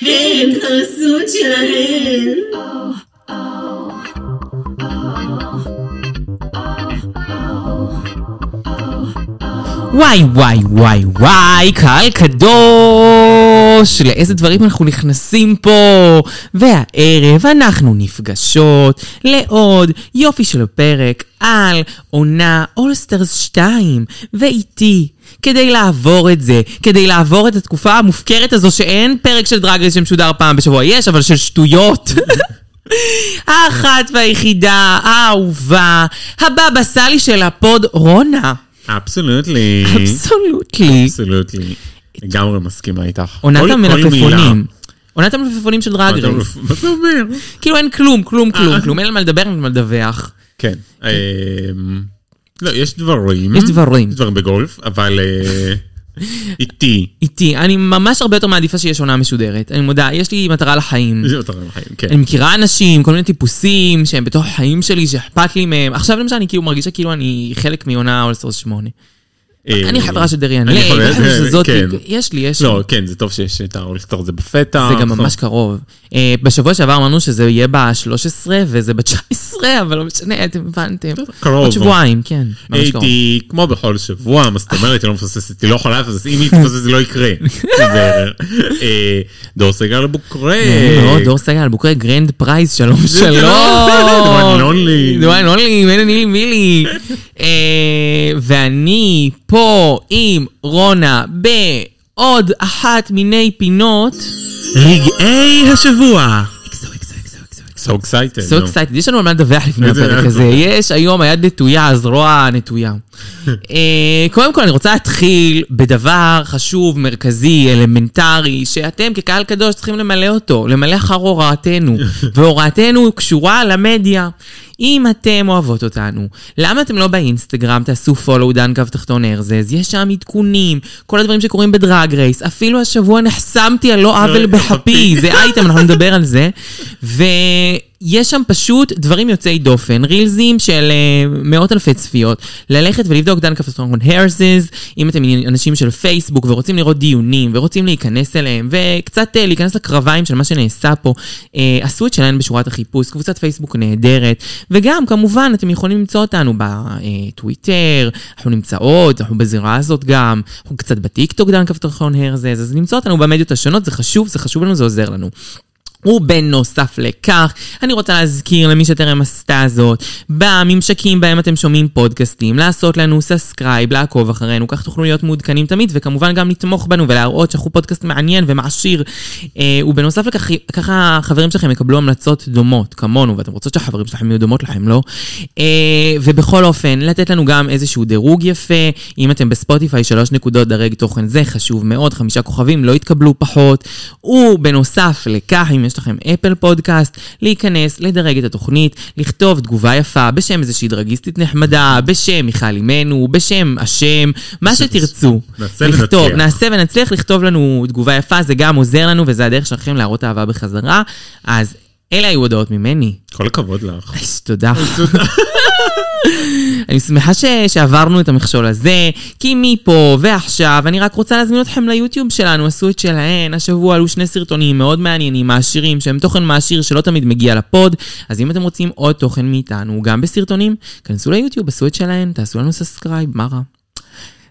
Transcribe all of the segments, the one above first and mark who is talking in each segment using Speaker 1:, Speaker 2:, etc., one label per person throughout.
Speaker 1: הם חרסות שלהם.
Speaker 2: וואי וואי וואי וואי, קהל קדוש! לאיזה דברים אנחנו נכנסים פה? והערב אנחנו נפגשות לעוד יופי של פרק על עונה אולסטרס 2, ואיתי, כדי לעבור את זה, כדי לעבור את התקופה המופקרת הזו שאין פרק של דרג רייס שמשודר פעם בשבוע, יש, אבל של שטויות. האחת והיחידה, האהובה, הבבא סאלי של הפוד, רונה.
Speaker 3: אבסולוטלי.
Speaker 2: אבסולוטלי.
Speaker 3: אבסולוטלי. לגמרי מסכימה איתך.
Speaker 2: עונת
Speaker 3: כל- כל מילה.
Speaker 2: המלפפונים. עונת המלפפונים של דרג
Speaker 3: עונת
Speaker 2: רייס.
Speaker 3: המלפ- מה זה אומר?
Speaker 2: כאילו אין כלום, כלום, כלום,
Speaker 3: אה.
Speaker 2: כלום. אין על מה לדבר, אין על מה לדווח.
Speaker 3: כן. אמ, לא, יש דברים.
Speaker 2: יש דברים.
Speaker 3: יש דברים בגולף, אבל אה, איתי.
Speaker 2: איתי, אני ממש הרבה יותר מעדיפה שיש עונה משודרת. אני מודה, יש לי מטרה לחיים.
Speaker 3: זה יותר חיים, כן.
Speaker 2: אני מכירה אנשים, כל מיני טיפוסים שהם בתוך החיים שלי, שאכפת לי מהם. עכשיו למשל אני כאילו מרגישה כאילו אני חלק מעונה אולסטרס 8.
Speaker 3: אה,
Speaker 2: אני חברה של דריאן
Speaker 3: אני
Speaker 2: ליי,
Speaker 3: חברה של-
Speaker 2: אני שזאתי,
Speaker 3: כן.
Speaker 2: יש לי, יש לי.
Speaker 3: לא, כן, זה טוב שיש את האולסטר הזה בפתח.
Speaker 2: זה גם ממש קרוב. אה, בשבוע שעבר אמרנו שזה יהיה ב-13 וזה ב-19, אבל לא משנה, אתם הבנתם.
Speaker 3: קרוב.
Speaker 2: עוד שבועיים, כן. ממש קרוב.
Speaker 3: הייתי כמו בכל שבוע, מה זאת אומרת, היא לא מפססת, היא לא יכולה לפסס, אם היא תפסס זה לא יקרה. זה- אה, דור סגל בוקרק.
Speaker 2: מעניין מאוד, דור סגל, בוקרי גרנד פרייס, שלום שלום.
Speaker 3: לא, שלום. דואן לונלי.
Speaker 2: דואן לונלי, מני נילי מילי. אה, ואני פה עם רונה בעוד אחת מיני פינות.
Speaker 3: רגעי השבוע. So excited.
Speaker 2: So
Speaker 3: נו.
Speaker 2: excited, יש לנו על מה לדווח לפני
Speaker 3: איזה-
Speaker 2: הפרק הזה. יש היום היד נטויה, הזרוע נטויה. אה, קודם כל, אני רוצה להתחיל בדבר חשוב, מרכזי, אלמנטרי, שאתם כקהל קדוש צריכים למלא אותו, למלא אחר הוראתנו. והוראתנו קשורה למדיה. אם אתם אוהבות אותנו, למה אתם לא באינסטגרם, תעשו follow דן קו תחתון ארזז, יש שם עדכונים, כל הדברים שקורים בדרג רייס, אפילו השבוע נחסמתי על לא עוול בחפי, זה אייטם, אנחנו נדבר על זה. ויש שם פשוט דברים יוצאי דופן, רילזים של אה, מאות אלפי צפיות. ללכת ולבדוק דן כפתרון הרסס, אם אתם אנשים של פייסבוק ורוצים לראות דיונים ורוצים להיכנס אליהם וקצת אה, להיכנס לקרביים של מה שנעשה פה, אה, עשו את שלהן בשורת החיפוש, קבוצת פייסבוק נהדרת. וגם, כמובן, אתם יכולים למצוא אותנו בטוויטר, אנחנו נמצאות, אנחנו בזירה הזאת גם, אנחנו קצת בטיקטוק דן כפתרון הרסס, אז למצוא אותנו במדיות השונות, זה חשוב, זה חשוב לנו, זה עוזר לנו. ובנוסף לכך, אני רוצה להזכיר למי שטרם עשתה זאת, בממשקים בהם אתם שומעים פודקאסטים, לעשות לנו סאסקרייב, לעקוב אחרינו, כך תוכלו להיות מעודכנים תמיד, וכמובן גם לתמוך בנו ולהראות שאנחנו פודקאסט מעניין ומעשיר. אה, ובנוסף לכך, ככה החברים שלכם יקבלו המלצות דומות, כמונו, ואתם רוצות שהחברים שלכם יהיו דומות לכם, לא? אה, ובכל אופן, לתת לנו גם איזשהו דירוג יפה, אם אתם בספוטיפיי, שלוש נקודות דרג תוכן זה חשוב מאוד, חמישה כוכבים לא יתקבלו פחות. ובנוסף לכך, אם יש לכם אפל פודקאסט, להיכנס, לדרג את התוכנית, לכתוב תגובה יפה בשם איזושהי דרגיסטית נחמדה, בשם מיכל אימנו, בשם השם, מה שתרצו.
Speaker 3: נעשה
Speaker 2: לכתוב,
Speaker 3: ונצליח.
Speaker 2: נעשה ונצליח לכתוב לנו תגובה יפה, זה גם עוזר לנו וזה הדרך שלכם להראות אהבה בחזרה. אז אלה היו הודעות ממני.
Speaker 3: כל הכבוד לך.
Speaker 2: אז תודה. אני שמחה ש... שעברנו את המכשול הזה, כי מפה ועכשיו אני רק רוצה להזמין אתכם ליוטיוב שלנו, עשו את שלהן. השבוע עלו שני סרטונים מאוד מעניינים, מעשירים, שהם תוכן מעשיר שלא תמיד מגיע לפוד, אז אם אתם רוצים עוד תוכן מאיתנו, גם בסרטונים, כנסו ליוטיוב, עשו את שלהן, תעשו לנו סאסקרייב, מה רע?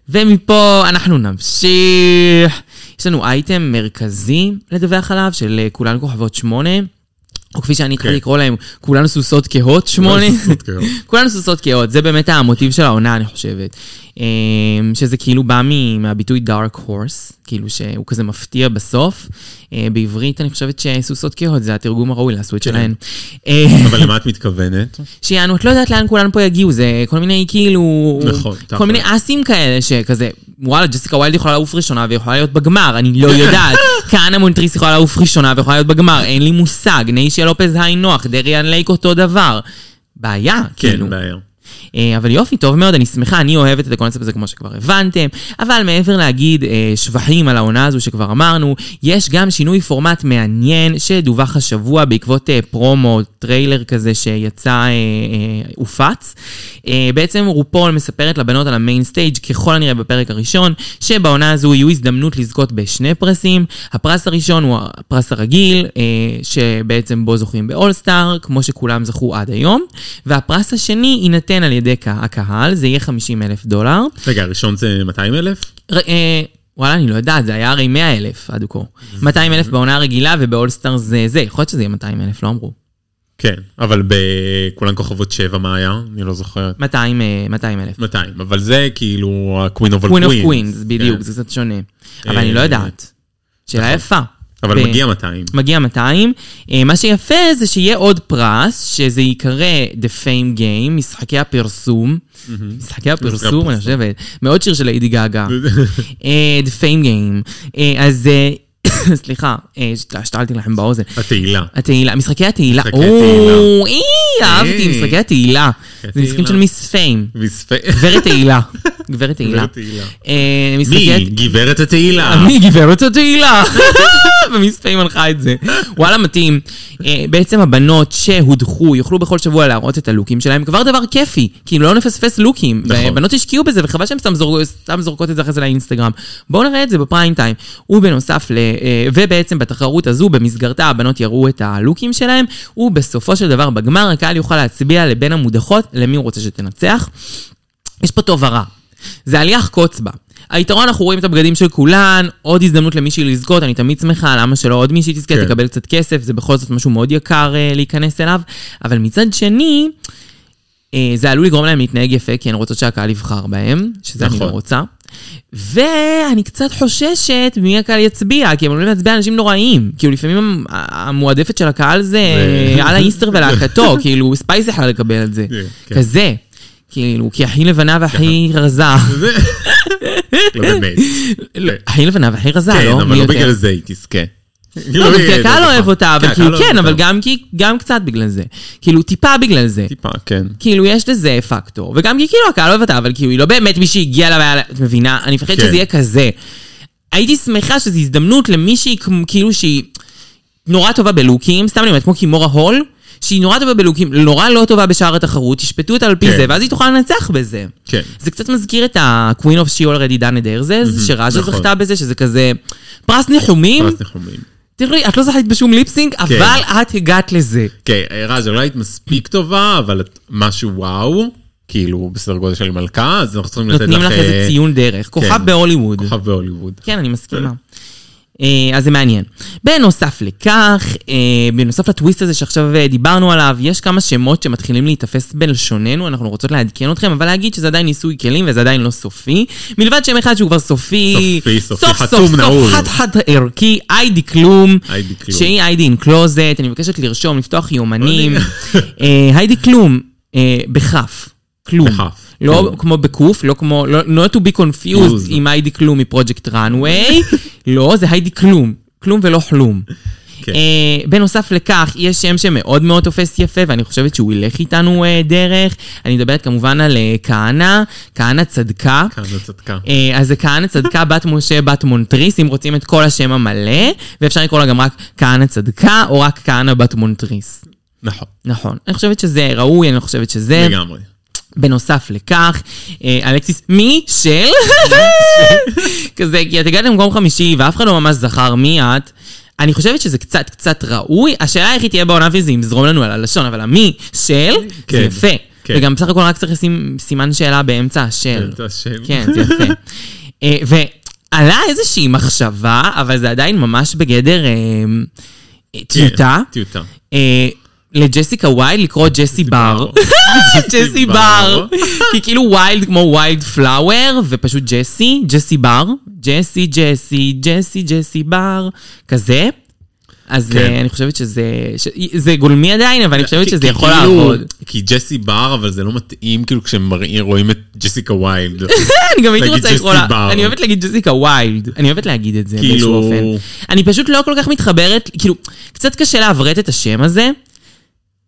Speaker 2: ומפה אנחנו נמשיך. יש לנו אייטם מרכזי לדווח עליו, של אה, כולן כוכבות שמונה, או כפי שאני אתחיל
Speaker 3: כן.
Speaker 2: לקרוא להם, כולנו סוסות כהות שמונה.
Speaker 3: לא לעשות כאוס.
Speaker 2: כולנו סוסות כהות, זה באמת המוטיב של העונה, אני חושבת. אה, שזה כאילו בא מ- מהביטוי dark horse, כאילו שהוא כזה מפתיע בסוף. אה, בעברית אני חושבת שסוסות כהות זה התרגום הראוי לעשות
Speaker 3: כן.
Speaker 2: שלהן. אה,
Speaker 3: אבל למה את מתכוונת? כן,
Speaker 2: שיענו, את לא יודעת לאן כולן פה יגיעו, זה כל מיני כאילו...
Speaker 3: נכון,
Speaker 2: כל
Speaker 3: תכל'ס.
Speaker 2: מיני אסים כאלה, שכזה, וואלה, ג'סיקה ויילד יכולה לעוף ראשונה ויכולה להיות בגמר, אני לא יודעת. כהנא מונטריס יכולה לעוף ראשונה ויכולה להיות בגמר, אין לי מושג. ניישיה לופז היינו נוח, דריאן לייק אותו דבר. בעיה,
Speaker 3: כן,
Speaker 2: כאילו.
Speaker 3: בעיה.
Speaker 2: אה, אבל יופי, טוב מאוד, אני שמחה, אני אוהבת את הקונספט הזה כמו שכבר הבנתם, אבל מעבר להגיד אה, שבחים על העונה הזו שכבר אמרנו, יש גם שינוי פורמט מעניין שדווח השבוע בעקבות אה, פרומו, טריילר כזה שיצא, אה, אה, הופץ. אה, בעצם רופול מספרת לבנות על המיין סטייג' ככל הנראה בפרק הראשון, שבעונה הזו יהיו הזדמנות לזכות בשני פרסים. הפרס הראשון הוא הפרס הרגיל, אה, שבעצם בו זוכים באולסטאר, כמו שכולם זכו עד היום, והפרס השני יינתן על ידי קה- הקהל, זה יהיה 50 אלף דולר.
Speaker 3: רגע, הראשון זה 200 אלף?
Speaker 2: ר- אה, וואלה, אני לא יודעת, זה היה הרי 100 אלף עד כה. 200 אלף בעונה הרגילה ובאולסטאר זה זה, יכול להיות שזה יהיה 200 אלף, לא אמרו.
Speaker 3: כן, אבל בכולן כוכבות 7 מה היה? אני לא זוכר.
Speaker 2: 200 אה, אלף.
Speaker 3: 200, אבל זה כאילו ה-Queen of all
Speaker 2: Queen of
Speaker 3: Queens.
Speaker 2: Queens, בדיוק,
Speaker 3: כן.
Speaker 2: זה קצת שונה.
Speaker 3: אה, נכון.
Speaker 2: אבל אני לא יודעת. שאלה יפה.
Speaker 3: אבל
Speaker 2: ב-
Speaker 3: מגיע 200.
Speaker 2: מגיע 200. אה, מה שיפה זה שיהיה עוד פרס, שזה ייקרא The Fame Game, משחקי הפרסום. משחקי הפרסום, אני חושבת. מאוד שיר של ליידי גאגה. אה, The Fame Game. אה, אז, אה, סליחה, אה, השתלתי לכם באוזן.
Speaker 3: התהילה.
Speaker 2: התהילה, משחקי התהילה.
Speaker 3: משחקי
Speaker 2: או,
Speaker 3: התהילה.
Speaker 2: אי, אהבתי,
Speaker 3: אה.
Speaker 2: משחקי התהילה. זה
Speaker 3: התהילה.
Speaker 2: משחקים של מיס פיים.
Speaker 3: מספ-
Speaker 2: גברת תהילה. גברת תהילה.
Speaker 3: גברת תהילה.
Speaker 2: אה, משחקי...
Speaker 3: מי? גברת התהילה.
Speaker 2: אני גברת התהילה. ומספעים הלכה את זה. וואלה, מתאים. אה, בעצם הבנות שהודחו יוכלו בכל שבוע להראות את הלוקים שלהם, כבר דבר כיפי, כי לא נפספס לוקים.
Speaker 3: נכון.
Speaker 2: הבנות השקיעו בזה, וחבל שהן סתם, זור... סתם זורקות את זה אחרי זה לאינסטגרם. בואו נראה את זה בפריים טיים. ובנוסף ל... אה, ובעצם בתחרות הזו, במסגרתה הבנות יראו את הלוקים שלהם, ובסופו של דבר, בגמר, הקהל יוכל להצביע לבין המודחות, למי הוא רוצה שתנצח. יש פה טוב ורע. זה עלייה חקוץ בה. היתרון, אנחנו רואים את הבגדים של כולן, עוד הזדמנות למישהי לזכות, אני תמיד שמחה, למה שלא עוד מישהי תזכה,
Speaker 3: כן.
Speaker 2: תקבל קצת כסף, זה בכל זאת משהו מאוד יקר אה, להיכנס אליו. אבל מצד שני, אה, זה עלול לגרום להם להתנהג יפה, כי הן רוצות שהקהל יבחר בהם, שזה אני
Speaker 3: נכון.
Speaker 2: לא רוצה. ואני קצת חוששת ממי הקהל יצביע, כי הם עלולים להצביע אנשים נוראיים. כאילו, לפעמים המ- המועדפת של הקהל זה
Speaker 3: זה-
Speaker 2: על האיסטר ולהקתו, כאילו, ספייס יכלה לקבל את זה.
Speaker 3: כן, כן.
Speaker 2: כזה. כאילו, כי הכי לבנה והכי רזה.
Speaker 3: זה- לא באמת.
Speaker 2: לא, הכי לבנה והכי רזה, לא?
Speaker 3: כן,
Speaker 2: מי
Speaker 3: אבל לא
Speaker 2: יודע?
Speaker 3: בגלל זה היא תזכה.
Speaker 2: לא, גם כי הקהל
Speaker 3: נכון.
Speaker 2: אוהב אותה, אבל
Speaker 3: לא
Speaker 2: כאילו, כן, אבל
Speaker 3: גם...
Speaker 2: גם כי, גם קצת בגלל זה. כאילו, טיפה בגלל זה.
Speaker 3: טיפה, כן.
Speaker 2: כאילו, יש לזה פקטור. וגם כי כאילו הקהל אוהב אותה, אבל כאילו, היא לא באמת מי שהגיעה לבעיה, את מבינה? אני מפחדת
Speaker 3: כן.
Speaker 2: שזה יהיה כזה. הייתי שמחה שזו הזדמנות למישהי כמו- כאילו שהיא נורא טובה בלוקים, סתם אני אומרת, כמו קימורה הול, שהיא נורא טובה בלוקים, נורא לא טובה בשאר התחרות, תשפטו אותה על פי
Speaker 3: כן.
Speaker 2: זה, ואז היא תוכל לנצח בזה.
Speaker 3: כן.
Speaker 2: זה קצת מזכיר את ה-Queen of She already done it there, שראז'ה
Speaker 3: נכון.
Speaker 2: זכתה בזה, שזה כזה פרס ניחומים.
Speaker 3: פרס כן. נחומים.
Speaker 2: תראי, את לא זכית בשום ליפסינג, אבל את הגעת לזה.
Speaker 3: כן, רז, לא היית מספיק טובה, אבל את משהו וואו, כאילו בסדר גודל של מלכה, אז אנחנו צריכים לתת לך...
Speaker 2: נותנים לך איזה
Speaker 3: אה,
Speaker 2: ציון דרך. כוכב בהוליווד.
Speaker 3: כוכב בהוליווד.
Speaker 2: כן, אני מסכימה. אה, אז זה מעניין. בנוסף לכך, אה, בנוסף לטוויסט הזה שעכשיו אה, דיברנו עליו, יש כמה שמות שמתחילים להיתפס בלשוננו, אנחנו רוצות לעדכן אתכם, אבל להגיד שזה עדיין ניסוי כלים וזה עדיין לא סופי. מלבד שם אחד שהוא כבר סופי,
Speaker 3: סופי, סופי,
Speaker 2: סוף
Speaker 3: חתום
Speaker 2: סוף
Speaker 3: נעול.
Speaker 2: סוף חד חד ערכי, איידי כלום,
Speaker 3: היידי כלום.
Speaker 2: שהיא היידי אין קלוזט, אני מבקשת לרשום, לפתוח יומנים. אה, היידי כלום, אה, בכף, כלום.
Speaker 3: בכף, כן.
Speaker 2: לא
Speaker 3: כלום.
Speaker 2: כמו בקוף, לא כמו, לא, not to be confused
Speaker 3: Confused.
Speaker 2: עם היידי כלום מפרויקט ראנוויי, לא, זה היידי כלום, כלום ולא חלום.
Speaker 3: כן.
Speaker 2: אה, בנוסף לכך, יש שם שמאוד מאוד תופס יפה, ואני חושבת שהוא ילך איתנו אה, דרך. אני מדברת כמובן על אה, כהנא, כהנא צדקה.
Speaker 3: כאן את צדקה.
Speaker 2: אה, אז זה כהנא צדקה בת משה בת מונטריס, אם רוצים את כל השם המלא, ואפשר לקרוא לה גם רק כהנא צדקה, או רק כהנא בת מונטריס.
Speaker 3: נכון,
Speaker 2: נכון. אני חושבת שזה ראוי, אני לא חושבת שזה.
Speaker 3: לגמרי.
Speaker 2: בנוסף לכך, אה, אלכסיס, מי? של? כזה, כי את הגעת למקום חמישי ואף אחד לא ממש זכר מי את. אני חושבת שזה קצת קצת ראוי. השאלה איך היא תהיה בעונה וזה יזרום לנו על הלשון, אבל המי של, זה
Speaker 3: כן,
Speaker 2: יפה.
Speaker 3: כן.
Speaker 2: וגם בסך הכל רק צריך לשים סימן שאלה באמצע השל.
Speaker 3: באמצע השל.
Speaker 2: כן, זה יפה. אה, ועלה איזושהי מחשבה, אבל זה עדיין ממש בגדר אה, טיוטה.
Speaker 3: כן, טיוטה.
Speaker 2: אה, לג'סיקה ויילד לקרוא ג'סי בר. ג'סי בר. כי כאילו ויילד כמו ויילד פלאואר, ופשוט ג'סי, ג'סי בר. ג'סי, ג'סי, ג'סי, ג'סי בר. כזה. אז
Speaker 3: כן.
Speaker 2: אה, אני חושבת שזה... ש- זה גולמי עדיין, אבל אני חושבת
Speaker 3: כי-
Speaker 2: שזה
Speaker 3: כי
Speaker 2: יכול
Speaker 3: כאילו-
Speaker 2: לעבוד.
Speaker 3: כי ג'סי בר, אבל זה לא מתאים, כאילו כשרואים את ג'סיקה ויילד.
Speaker 2: לא, אני גם הייתי
Speaker 3: להגיד
Speaker 2: רוצה לקרוא לה,
Speaker 3: ג'סי בר.
Speaker 2: אני אוהבת להגיד ג'סיקה ויילד, אני אוהבת להגיד את זה
Speaker 3: כאילו-
Speaker 2: באיזשהו אופן. אני פשוט לא כל כך מתחברת, כאילו, קצת קשה לעברת את השם הזה,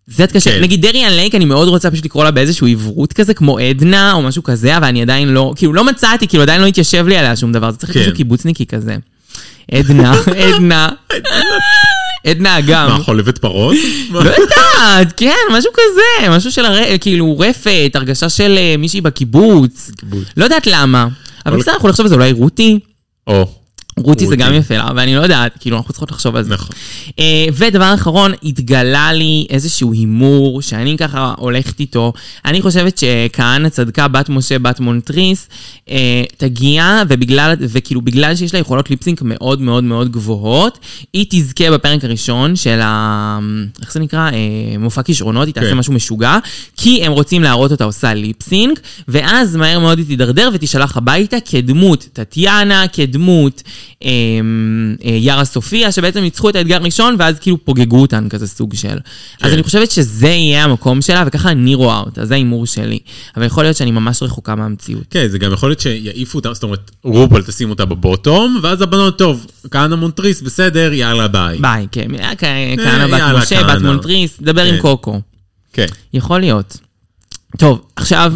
Speaker 2: זה קשה.
Speaker 3: כן.
Speaker 2: כן. נגיד דריאן לייק, אני מאוד רוצה פשוט לקרוא לה באיזשהו עברות כזה, כמו עדנה או משהו כזה, אבל אני עדיין לא, כאילו לא מצאתי, כאילו עדיין לא התיישב לי עליה שום דבר, זה צריך
Speaker 3: כן.
Speaker 2: להיות משהו קיבוצניקי כזה. עדנה, עדנה. עדנה אגם.
Speaker 3: מה, חולבת פרות?
Speaker 2: לא יודעת, כן, משהו כזה, משהו של הר... כאילו רפת, הרגשה של אה, מישהי בקיבוץ.
Speaker 3: קיבוץ.
Speaker 2: לא יודעת למה. אבל
Speaker 3: אבל-
Speaker 2: בסדר, אנחנו נחשוב על זה אולי רותי.
Speaker 3: או,
Speaker 2: רותי זה
Speaker 3: רותי.
Speaker 2: גם יפה לה, אבל אני לא יודעת, כאילו, אנחנו צריכות לחשוב על זה.
Speaker 3: נכון.
Speaker 2: אה, ודבר אחרון, התגלה לי איזשהו הימור שאני ככה הולכת איתו. אני חושבת שכהנא צדקה, בת משה, בת מונטריס, אה, תגיע, ובגלל, וכאילו בגלל שיש לה יכולות ליפסינק מאוד מאוד מאוד גבוהות, היא תזכה בפרק הראשון של ה... איך זה נקרא? אה, מופע כישרונות, היא תעשה
Speaker 3: כן.
Speaker 2: משהו משוגע, כי הם רוצים להראות אותה עושה ליפסינק, ואז מהר מאוד היא תידרדר ותישלח הביתה כדמות טטיאנה, כדמות אמ, אה, יארה סופיה, שבעצם ניצחו את האתגר הראשון, ואז כאילו פוגגו אותן כזה סוג של.
Speaker 3: כן.
Speaker 2: אז אני חושבת שזה יהיה המקום שלה, וככה אני רואה אותה, זה ההימור שלי. אבל יכול להיות שאני ממש רחוקה מהמציאות.
Speaker 3: כן, זה גם יכול להיות שיעיפו אותה, זאת אומרת, רופל תשים אותה בבוטום, ואז הבנות, טוב, כהנא מונטריס, בסדר, יאללה ביי.
Speaker 2: ביי, כן, אה, כ- כהנא בת
Speaker 3: יאללה,
Speaker 2: משה, בת
Speaker 3: כהנא.
Speaker 2: מונטריס, דבר עם
Speaker 3: כן.
Speaker 2: קוקו.
Speaker 3: כן.
Speaker 2: יכול להיות. טוב, עכשיו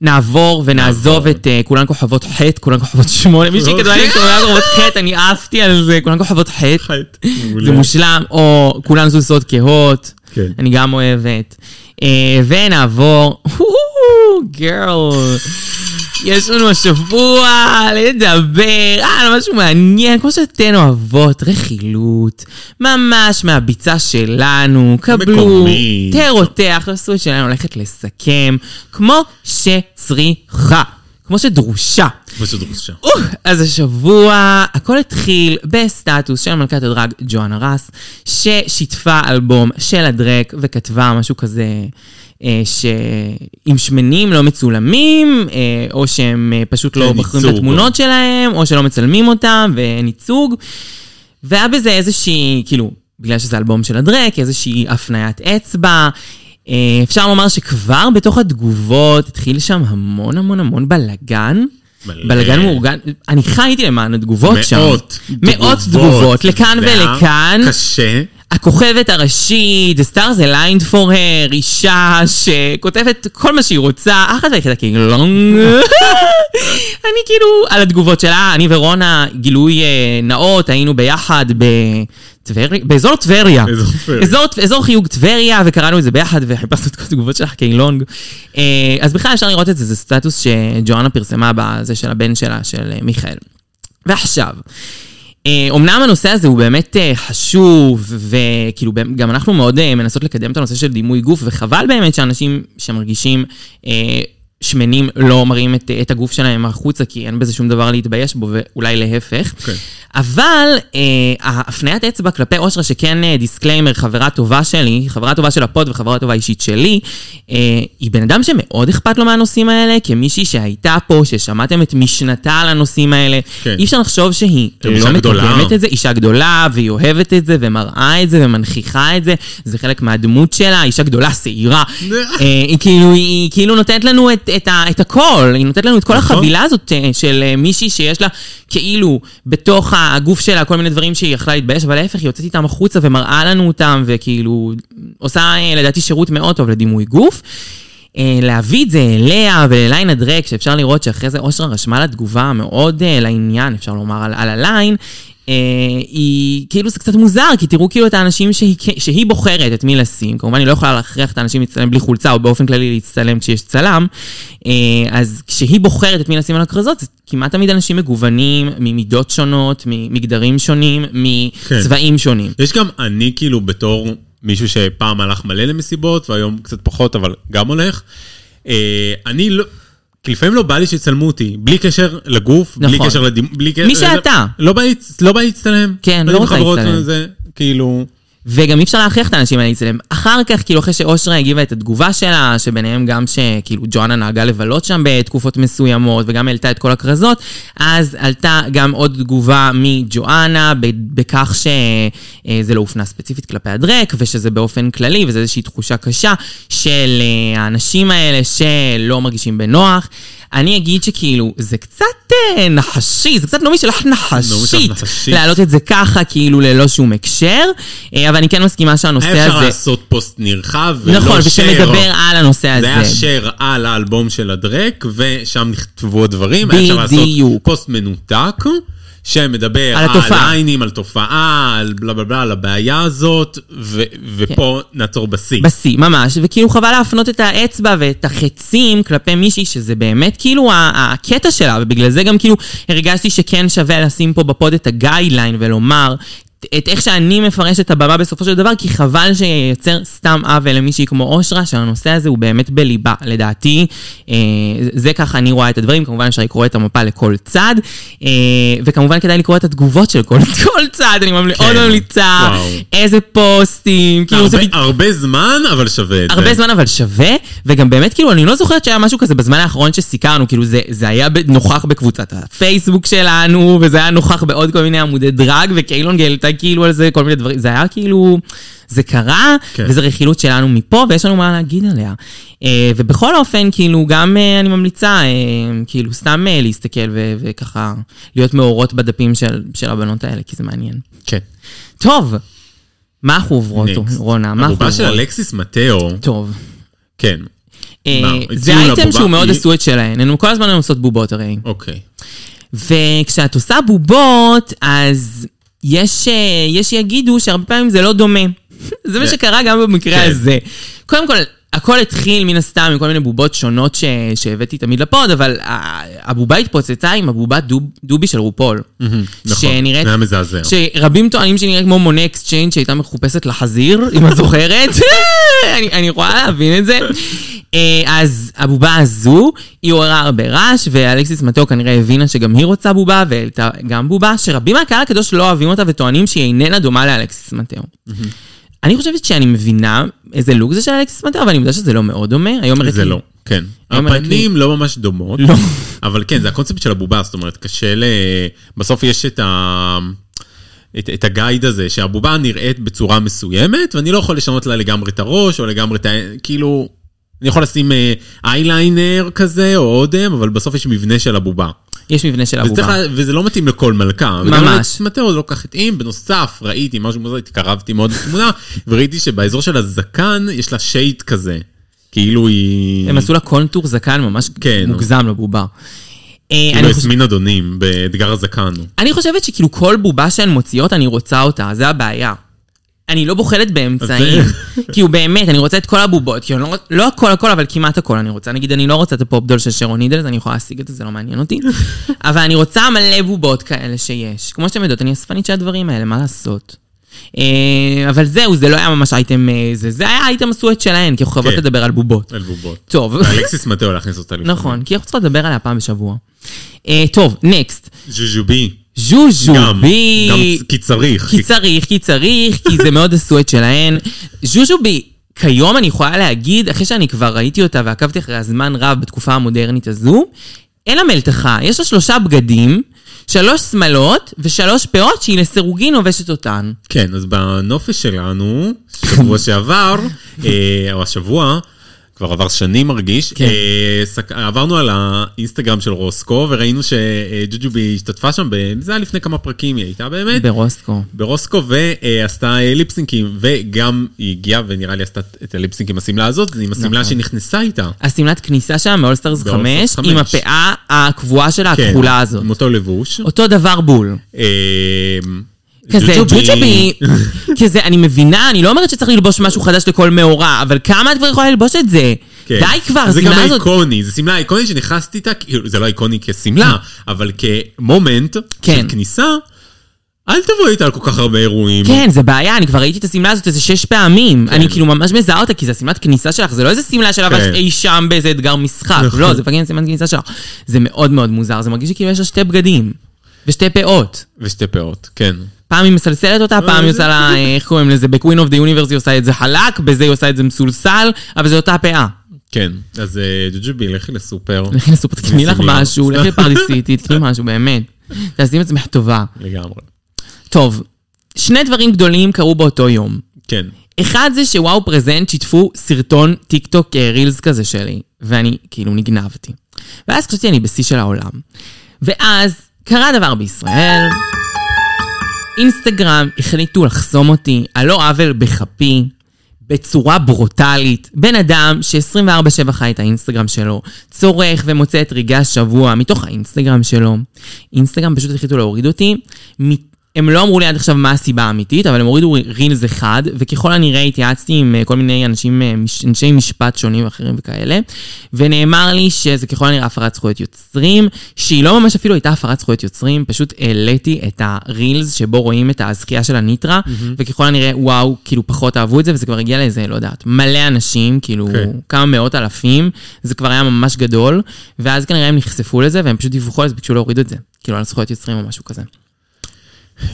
Speaker 2: נעבור ונעזוב את uh, כולן כוכבות ח', כולן כוכבות שמונה, מי שכתבה לי כולן כוכבות ח', אני עפתי על זה, כולן כוכבות ח',
Speaker 3: חייט.
Speaker 2: זה מושלם, או כולן זוסות כהות,
Speaker 3: כן.
Speaker 2: אני גם אוהבת. Uh, ונעבור, גרל, יש לנו השבוע לדבר על משהו מעניין, כמו שאתן אוהבות, רכילות, ממש מהביצה שלנו, קבלו,
Speaker 3: מקומי.
Speaker 2: תראו. רותח, תעשו את שלנו הולכת לסכם, כמו שצריכה, כמו שדרושה.
Speaker 3: מה שדרוש שם.
Speaker 2: אוף, אז השבוע הכל התחיל בסטטוס של מלכת הדרג ג'ואנה רס, ששיתפה אלבום של הדרק וכתבה משהו כזה, אה, שאם שמנים לא מצולמים, אה, או שהם אה, פשוט לא
Speaker 3: אין
Speaker 2: בוחרים את
Speaker 3: ייצוג.
Speaker 2: התמונות שלהם, או שלא מצלמים אותם ואין ייצוג. והיה בזה איזושהי, כאילו, בגלל שזה אלבום של הדרק, איזושהי הפניית אצבע. אה, אפשר לומר שכבר בתוך התגובות התחיל שם המון המון המון בלאגן.
Speaker 3: מלא.
Speaker 2: בלאגן מאורגן, אני חייתי למען התגובות שם.
Speaker 3: מאות
Speaker 2: מאות תגובות, לכאן
Speaker 3: זה היה
Speaker 2: ולכאן.
Speaker 3: קשה.
Speaker 2: הכוכבת הראשית, The Stars Aligned for her, אישה שכותבת כל מה שהיא רוצה, אחת והיחידה כאילו, אני כאילו, על התגובות שלה, אני ורונה, גילוי אה, נאות, היינו ביחד בטבריה, באזור טבריה.
Speaker 3: באזור טבריה.
Speaker 2: אזור, אזור חיוג טבריה, וקראנו את זה ביחד, וחיפשנו את כל התגובות שלך קיילונג. אה, אז בכלל אפשר לראות את זה, זה סטטוס שג'ואנה פרסמה בזה של הבן שלה, של אה, מיכאל. ועכשיו, אה, אומנם הנושא הזה הוא באמת אה, חשוב, וכאילו באמת, גם אנחנו מאוד אה, מנסות לקדם את הנושא של דימוי גוף, וחבל באמת שאנשים שמרגישים אה, שמנים לא מראים את, את הגוף שלהם החוצה, כי אין בזה שום דבר להתבייש בו, ואולי להפך.
Speaker 3: כן.
Speaker 2: אבל אה, הפניית אצבע כלפי אושרה, שכן אה, דיסקליימר, חברה טובה שלי, חברה טובה של הפוד וחברה טובה אישית שלי, אה, היא בן אדם שמאוד אכפת לו מהנושאים האלה, כמישהי שהייתה פה, ששמעתם את משנתה על הנושאים האלה.
Speaker 3: כן.
Speaker 2: אי אפשר לחשוב שהיא
Speaker 3: גם אישה
Speaker 2: לא
Speaker 3: גדולה.
Speaker 2: מקדמת את זה, אישה גדולה, והיא אוהבת את זה, ומראה את זה, ומנכיחה את זה, זה חלק מהדמות שלה, אישה גדולה, שעירה. אה, היא כאילו, היא כאילו נותנת לנו את, את, ה, את הכל, היא נותנת לנו את כל
Speaker 3: נכון.
Speaker 2: החבילה הזאת אה, של אה, מישהי שיש לה כאילו בתוך הגוף שלה כל מיני דברים שהיא יכלה להתבייש, אבל להפך, היא יוצאת איתם החוצה ומראה לנו אותם, וכאילו עושה אה, לדעתי שירות מאוד טוב לדימוי גוף. אה, להביא את זה אליה ולליין הדרק, שאפשר לראות שאחרי זה אושרה רשמה לה תגובה מאוד אה, לעניין, אפשר לומר, על, על הליין. אה, היא, כאילו זה קצת מוזר, כי תראו כאילו את האנשים שהיא, כן- שהיא בוחרת את מי לשים. כמובן, היא לא יכולה להכריח את האנשים להצטלם בלי חולצה, או באופן כללי להצטלם כשיש צלם. אה, אז כשהיא בוחרת את מי לשים על הכרזות, זה כמעט תמיד אנשים מגוונים, ממידות שונות, ממגדרים שונים, מצבעים שונים.
Speaker 3: יש גם אני כאילו בתור מישהו שפעם הלך מלא למסיבות והיום קצת פחות אבל גם הולך. אה, אני לא, כי לפעמים לא בא לי שיצלמו אותי, בלי קשר לגוף, בלי
Speaker 2: נכון.
Speaker 3: קשר לדימ... בלי קשר...
Speaker 2: מי שאתה.
Speaker 3: לא בא לי, לא בא לי להצטלם.
Speaker 2: כן, לא
Speaker 3: יודעים
Speaker 2: רוצה
Speaker 3: חברות
Speaker 2: להצטלם.
Speaker 3: וזה, כאילו,
Speaker 2: וגם אי אפשר להכריח את האנשים האלה להצטלם. אחר כך, כאילו, אחרי שאושרה הגיבה את התגובה שלה, שביניהם גם שכאילו ג'ואנה נהגה לבלות שם בתקופות מסוימות, וגם העלתה את כל הכרזות, אז עלתה גם עוד תגובה מג'ואנה, ב- בכך שזה לא הופנה ספציפית כלפי הדרק, ושזה באופן כללי, וזו איזושהי תחושה קשה של אה, האנשים האלה שלא מרגישים בנוח. אני אגיד שכאילו, זה קצת אה, נחשי, זה קצת נעמי שלך נחשית,
Speaker 3: נחשית.
Speaker 2: להעלות את זה ככה, כאילו ללא שום הקשר, אה, אבל אני כן מסכימה שהנושא
Speaker 3: היה אפשר
Speaker 2: הזה...
Speaker 3: לעשות פוסט נרחב, ולא
Speaker 2: נכון, ושמדבר
Speaker 3: share.
Speaker 2: על הנושא
Speaker 3: זה היה
Speaker 2: הזה.
Speaker 3: שר על האלבום של הדרק, ושם נכתבו הדברים. היה אפשר לעשות
Speaker 2: בדיוק.
Speaker 3: פוסט מנותק, שמדבר
Speaker 2: על התופעה.
Speaker 3: ליינים, על תופעה, על בלה בלה בלה, על הבעיה הזאת, ו- ופה
Speaker 2: כן.
Speaker 3: נעצור בשיא.
Speaker 2: בשיא, ממש, וכאילו חבל להפנות את האצבע ואת החצים כלפי מישהי, שזה באמת כאילו ה- הקטע שלה, ובגלל זה גם כאילו הרגשתי שכן שווה לשים פה בפוד את הגיידליין ולומר את איך שאני מפרש את הבמה בסופו של דבר, כי חבל שייצר סתם עוול למישהי כמו אושרה, שהנושא הזה הוא באמת בליבה, לדעתי. אה, זה ככה אני רואה את הדברים, כמובן אפשר לקרוא את המפה לכל צד, אה, וכמובן כדאי לקרוא את התגובות של כל, כל צד, אני ממל...
Speaker 3: כן,
Speaker 2: מאוד ממליצה,
Speaker 3: וואו.
Speaker 2: איזה פוסטים, כאילו זה
Speaker 3: הרבה- הרבה זמן, אבל שווה את זה.
Speaker 2: הרבה זמן אבל שווה, וגם באמת כאילו אני לא זוכרת שהיה משהו כזה בזמן האחרון שסיקרנו, כאילו זה, זה היה ב- נוכח בקבוצת הפייסבוק שלנו, וזה היה נוכח בעוד כל מיני עמודי דרג, וקיילון גלתה כאילו על זה כל מיני דברים, זה היה כאילו, זה קרה,
Speaker 3: כן.
Speaker 2: כן. וזה רכילות שלנו מפה, ויש לנו מה להגיד עליה. אה, ובכל אופן, כאילו גם אה, אני ממליצה, אה, כאילו סתם אה, להסתכל ו- וככה להיות מאורות בדפים של, של הבנות האלה, כי זה מעניין.
Speaker 3: כן.
Speaker 2: טוב, מה אנחנו עוברות,
Speaker 3: Next.
Speaker 2: רונה? מה אנחנו
Speaker 3: הבובה של
Speaker 2: עוברות?
Speaker 3: אלכסיס מטאו,
Speaker 2: טוב.
Speaker 3: כן,
Speaker 2: אה,
Speaker 3: מה,
Speaker 2: זה
Speaker 3: הציעו לה
Speaker 2: אייטם
Speaker 3: בובה?
Speaker 2: שהוא מאוד
Speaker 3: היא-
Speaker 2: עשו את שלהן, הן כל הזמן הן עושות בובות הרי.
Speaker 3: אוקיי.
Speaker 2: וכשאת עושה בובות, אז יש, אה, יש שיגידו שהרבה פעמים זה לא דומה. זה מה
Speaker 3: כן.
Speaker 2: שקרה גם במקרה
Speaker 3: כן.
Speaker 2: הזה. קודם כל, הכל התחיל מן הסתם מכל מיני בובות שונות ש... שהבאתי תמיד לפוד, אבל ה- הבובה התפוצצה עם הבובה דוב... דובי של רופול.
Speaker 3: נכון,
Speaker 2: שנראית...
Speaker 3: זה היה מזעזע.
Speaker 2: שרבים טוענים שהיא נראית כמו מונה אקסצ'יינג שהייתה מחופשת לחזיר, אם את זוכרת. אני, אני יכולה להבין את זה. אה, אז הבובה הזו, היא עוררה הרבה רעש, ואלכסיס מטאו כנראה הבינה שגם היא רוצה בובה, והעלתה גם בובה, שרבים מהקהל הקדוש לא אוהבים אותה וטוענים שהיא איננה דומה לאלכסיס מטאו. אני חושבת שאני מבינה איזה לוק זה של אלכסיס מטאו, אבל אני יודעת שזה לא מאוד דומה. היום הראיתי-
Speaker 3: זה לא, כן.
Speaker 2: היום הראיתי-
Speaker 3: הפנים לא ממש דומות,
Speaker 2: לא.
Speaker 3: אבל כן, זה הקונספט של הבובה, זאת אומרת, קשה ל... בסוף יש את ה... את, את הגייד הזה, שהבובה נראית בצורה מסוימת, ואני לא יכול לשנות לה לגמרי את הראש, או לגמרי את ה... כאילו, אני יכול לשים אה, אייליינר כזה, או אודם, אבל בסוף יש מבנה של הבובה.
Speaker 2: יש מבנה של
Speaker 3: וזה, צריך,
Speaker 2: הבובה.
Speaker 3: לה- וזה לא מתאים לכל מלכה.
Speaker 2: ממש.
Speaker 3: וגם לצמתאו זה לא כל כך התאים. בנוסף, ראיתי משהו מוזר, התקרבתי מאוד לתמונה, וראיתי שבאזור של הזקן יש לה שייט כזה. כאילו היא...
Speaker 2: הם עשו לה קונטור זקן ממש
Speaker 3: כן.
Speaker 2: מוגזם לבובה. אה,
Speaker 3: כאילו
Speaker 2: אני חושבת-
Speaker 3: יסמין אדונים באתגר הזקן.
Speaker 2: אני חושבת שכאילו כל בובה שהן מוציאות, אני רוצה אותה, זה הבעיה. אני לא בוחלת באמצעים.
Speaker 3: אוקיי.
Speaker 2: כאילו באמת, אני רוצה את כל הבובות. כאילו, אני לא, רוצ- לא הכל הכל, אבל כמעט הכל אני רוצה. נגיד, אני לא רוצה את הפופדול של שרון נידלס, אני יכולה להשיג את זה, זה לא מעניין אותי. אבל אני רוצה מלא בובות כאלה שיש. כמו שאתם יודעות, אני אספנית של הדברים האלה, מה לעשות? אה, אבל זהו, זה לא היה ממש אייטם אה, זה. זה היה אייטם עשו את שלהן, כי אנחנו חייבות
Speaker 3: כן.
Speaker 2: לדבר על בובות.
Speaker 3: על בובות.
Speaker 2: טוב.
Speaker 3: אלכסיס מטאו להכניס אותה לפני.
Speaker 2: נכון, כי אנחנו צריכות לדבר עליה פעם בשבוע. אה, טוב, נקסט.
Speaker 3: ז'וז'ובי. גם.
Speaker 2: ז'וז'ובי.
Speaker 3: גם כי צריך.
Speaker 2: כי צריך, כי צריך, כי זה מאוד עשו את שלהן. ז'וז'ובי, כיום אני יכולה להגיד, אחרי שאני כבר ראיתי אותה ועקבתי אחריה זמן רב בתקופה המודרנית הזו, אין לה מלתחה, יש לה שלושה בגדים, שלוש שמלות ושלוש פאות שהיא לסירוגין לובשת אותן.
Speaker 3: כן, אז בנופש שלנו, שבוע שעבר, אה, או השבוע, כבר עבר שנים מרגיש,
Speaker 2: כן.
Speaker 3: אה, סק- עברנו על האינסטגרם של רוסקו, וראינו שג'וג'ובי השתתפה שם, ב- זה היה לפני כמה פרקים היא הייתה באמת,
Speaker 2: ברוסקו.
Speaker 3: ברוסקו, ועשתה ליפסינקים, וגם היא הגיעה ונראה לי עשתה את הליפסינק עם השמלה הזאת, זה עם השמלה
Speaker 2: נכון.
Speaker 3: שנכנסה איתה.
Speaker 2: השמלת כניסה שם מאולסטרס
Speaker 3: באולסטארס
Speaker 2: 5,
Speaker 3: חמש.
Speaker 2: עם הפאה הקבועה שלה,
Speaker 3: כן,
Speaker 2: הכחולה הזאת.
Speaker 3: עם אותו לבוש.
Speaker 2: אותו דבר בול.
Speaker 3: אה,
Speaker 2: כזה
Speaker 3: ג'וג'ובי.
Speaker 2: ג'וג'ובי, כזה, אני מבינה, אני לא אומרת שצריך ללבוש משהו חדש לכל מאורע, אבל כמה את כבר יכולה ללבוש את זה?
Speaker 3: כן.
Speaker 2: די כבר,
Speaker 3: זה גם
Speaker 2: השמלה הזאת...
Speaker 3: איקוני, זו שמלה איקונית שנכנסת איתה, כאילו, זה לא איקוני כשמלה, אבל כמומנט
Speaker 2: כן.
Speaker 3: של כניסה, אל תבואי איתה על כל כך הרבה אירועים.
Speaker 2: כן, זה בעיה, אני כבר ראיתי את השמלה הזאת איזה שש פעמים. אני כאילו ממש מזהה אותה, כי זה השמלת כניסה שלך, זה לא איזה שמלה שלבשת
Speaker 3: כן.
Speaker 2: אי שם באיזה אתגר משחק.
Speaker 3: נכון.
Speaker 2: לא, זה פגן שמלת כניסה שלך. זה מאוד מאוד מוזר, זה מרגיש שכאילו יש לה שתי בגדים. ושתי פאות.
Speaker 3: ושתי פאות, כן.
Speaker 2: פעם היא מסלסלת אותה, פעם היא
Speaker 3: זה-
Speaker 2: עושה לה, אה, איך קוראים לזה, ב-Queen of the Universe היא עושה את זה חלק, בזה היא עושה את זה מסולסל, אבל זו אותה פאה.
Speaker 3: כן, אז אה, ג'וג'ובי, לכי לסופר.
Speaker 2: לכי לסופר, תקני לך
Speaker 3: שמלה.
Speaker 2: משהו, לכי לפרדסיטי, תקני משהו, באמת. תעשי לעצמך טובה.
Speaker 3: לגמרי.
Speaker 2: טוב, שני דברים גדולים קרו באותו יום.
Speaker 3: כן.
Speaker 2: אחד זה שוואו פרזנט שיתפו סרטון טיק טוק אה, רילס כזה שלי, ואני כאילו נגנבתי. ואז חשבתי אני בשיא של העולם. ואז קרה דבר בישראל. אינסטגרם החליטו לחסום אותי על לא עוול בכפי, בצורה ברוטלית. בן אדם ש-24/7 חי את האינסטגרם שלו, צורך ומוצא את רגעי השבוע מתוך האינסטגרם שלו. אינסטגרם פשוט החליטו להוריד אותי. מ- הם לא אמרו לי עד עכשיו מה הסיבה האמיתית, אבל הם הורידו רילס אחד, וככל הנראה התייעצתי עם אה, כל מיני אנשים, אה, מש- אנשי משפט שונים ואחרים וכאלה, ונאמר לי שזה ככל הנראה הפרת זכויות יוצרים, שהיא לא ממש אפילו הייתה הפרת זכויות יוצרים, פשוט העליתי את הרילס שבו רואים את הזכייה של הניטרה, וככל הנראה, וואו, כאילו פחות אהבו את זה, וזה כבר הגיע לאיזה, לא יודעת, מלא אנשים, כאילו
Speaker 3: כן.
Speaker 2: כמה מאות אלפים, זה כבר היה ממש גדול, ואז כנראה הם נחשפו לזה, והם פשוט דיווחו על זה, ביקשו להוריד את זה, כאילו על זכויות יוצרים או משהו כזה.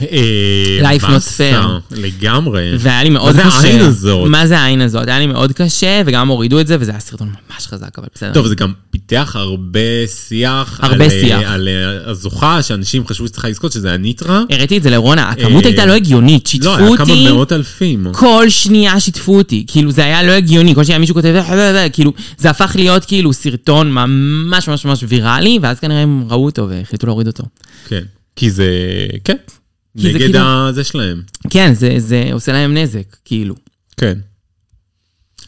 Speaker 3: אה,
Speaker 2: Life not
Speaker 3: באסה, לגמרי.
Speaker 2: והיה לי מאוד
Speaker 3: מה
Speaker 2: קשה.
Speaker 3: זה העין הזאת?
Speaker 2: מה זה העין הזאת? היה לי מאוד קשה, וגם הורידו את זה, וזה היה סרטון ממש חזק, אבל בסדר.
Speaker 3: טוב, זה גם פיתח הרבה שיח.
Speaker 2: הרבה
Speaker 3: על,
Speaker 2: שיח.
Speaker 3: אה, על אה, הזוכה, שאנשים חשבו שצריכה לזכות שזה הניטרה.
Speaker 2: הראיתי את זה לרונה, הכמות
Speaker 3: אה,
Speaker 2: הייתה לא הגיונית, שיתפו
Speaker 3: לא, היה כמה
Speaker 2: אותי,
Speaker 3: מאות אלפים.
Speaker 2: כל שנייה שיתפו אותי, כאילו זה היה לא הגיוני, כל שנייה מישהו כותב, כאילו זה הפך להיות כאילו סרטון ממש ממש ממש ויראלי, ואז כנראה הם ראו אותו והחליטו להוריד אותו.
Speaker 3: כן. כי זה... כן.
Speaker 2: זה
Speaker 3: נגד
Speaker 2: כאילו-
Speaker 3: ה- זה שלהם.
Speaker 2: כן, זה- זה עושה להם נזק, כאילו.
Speaker 3: כן.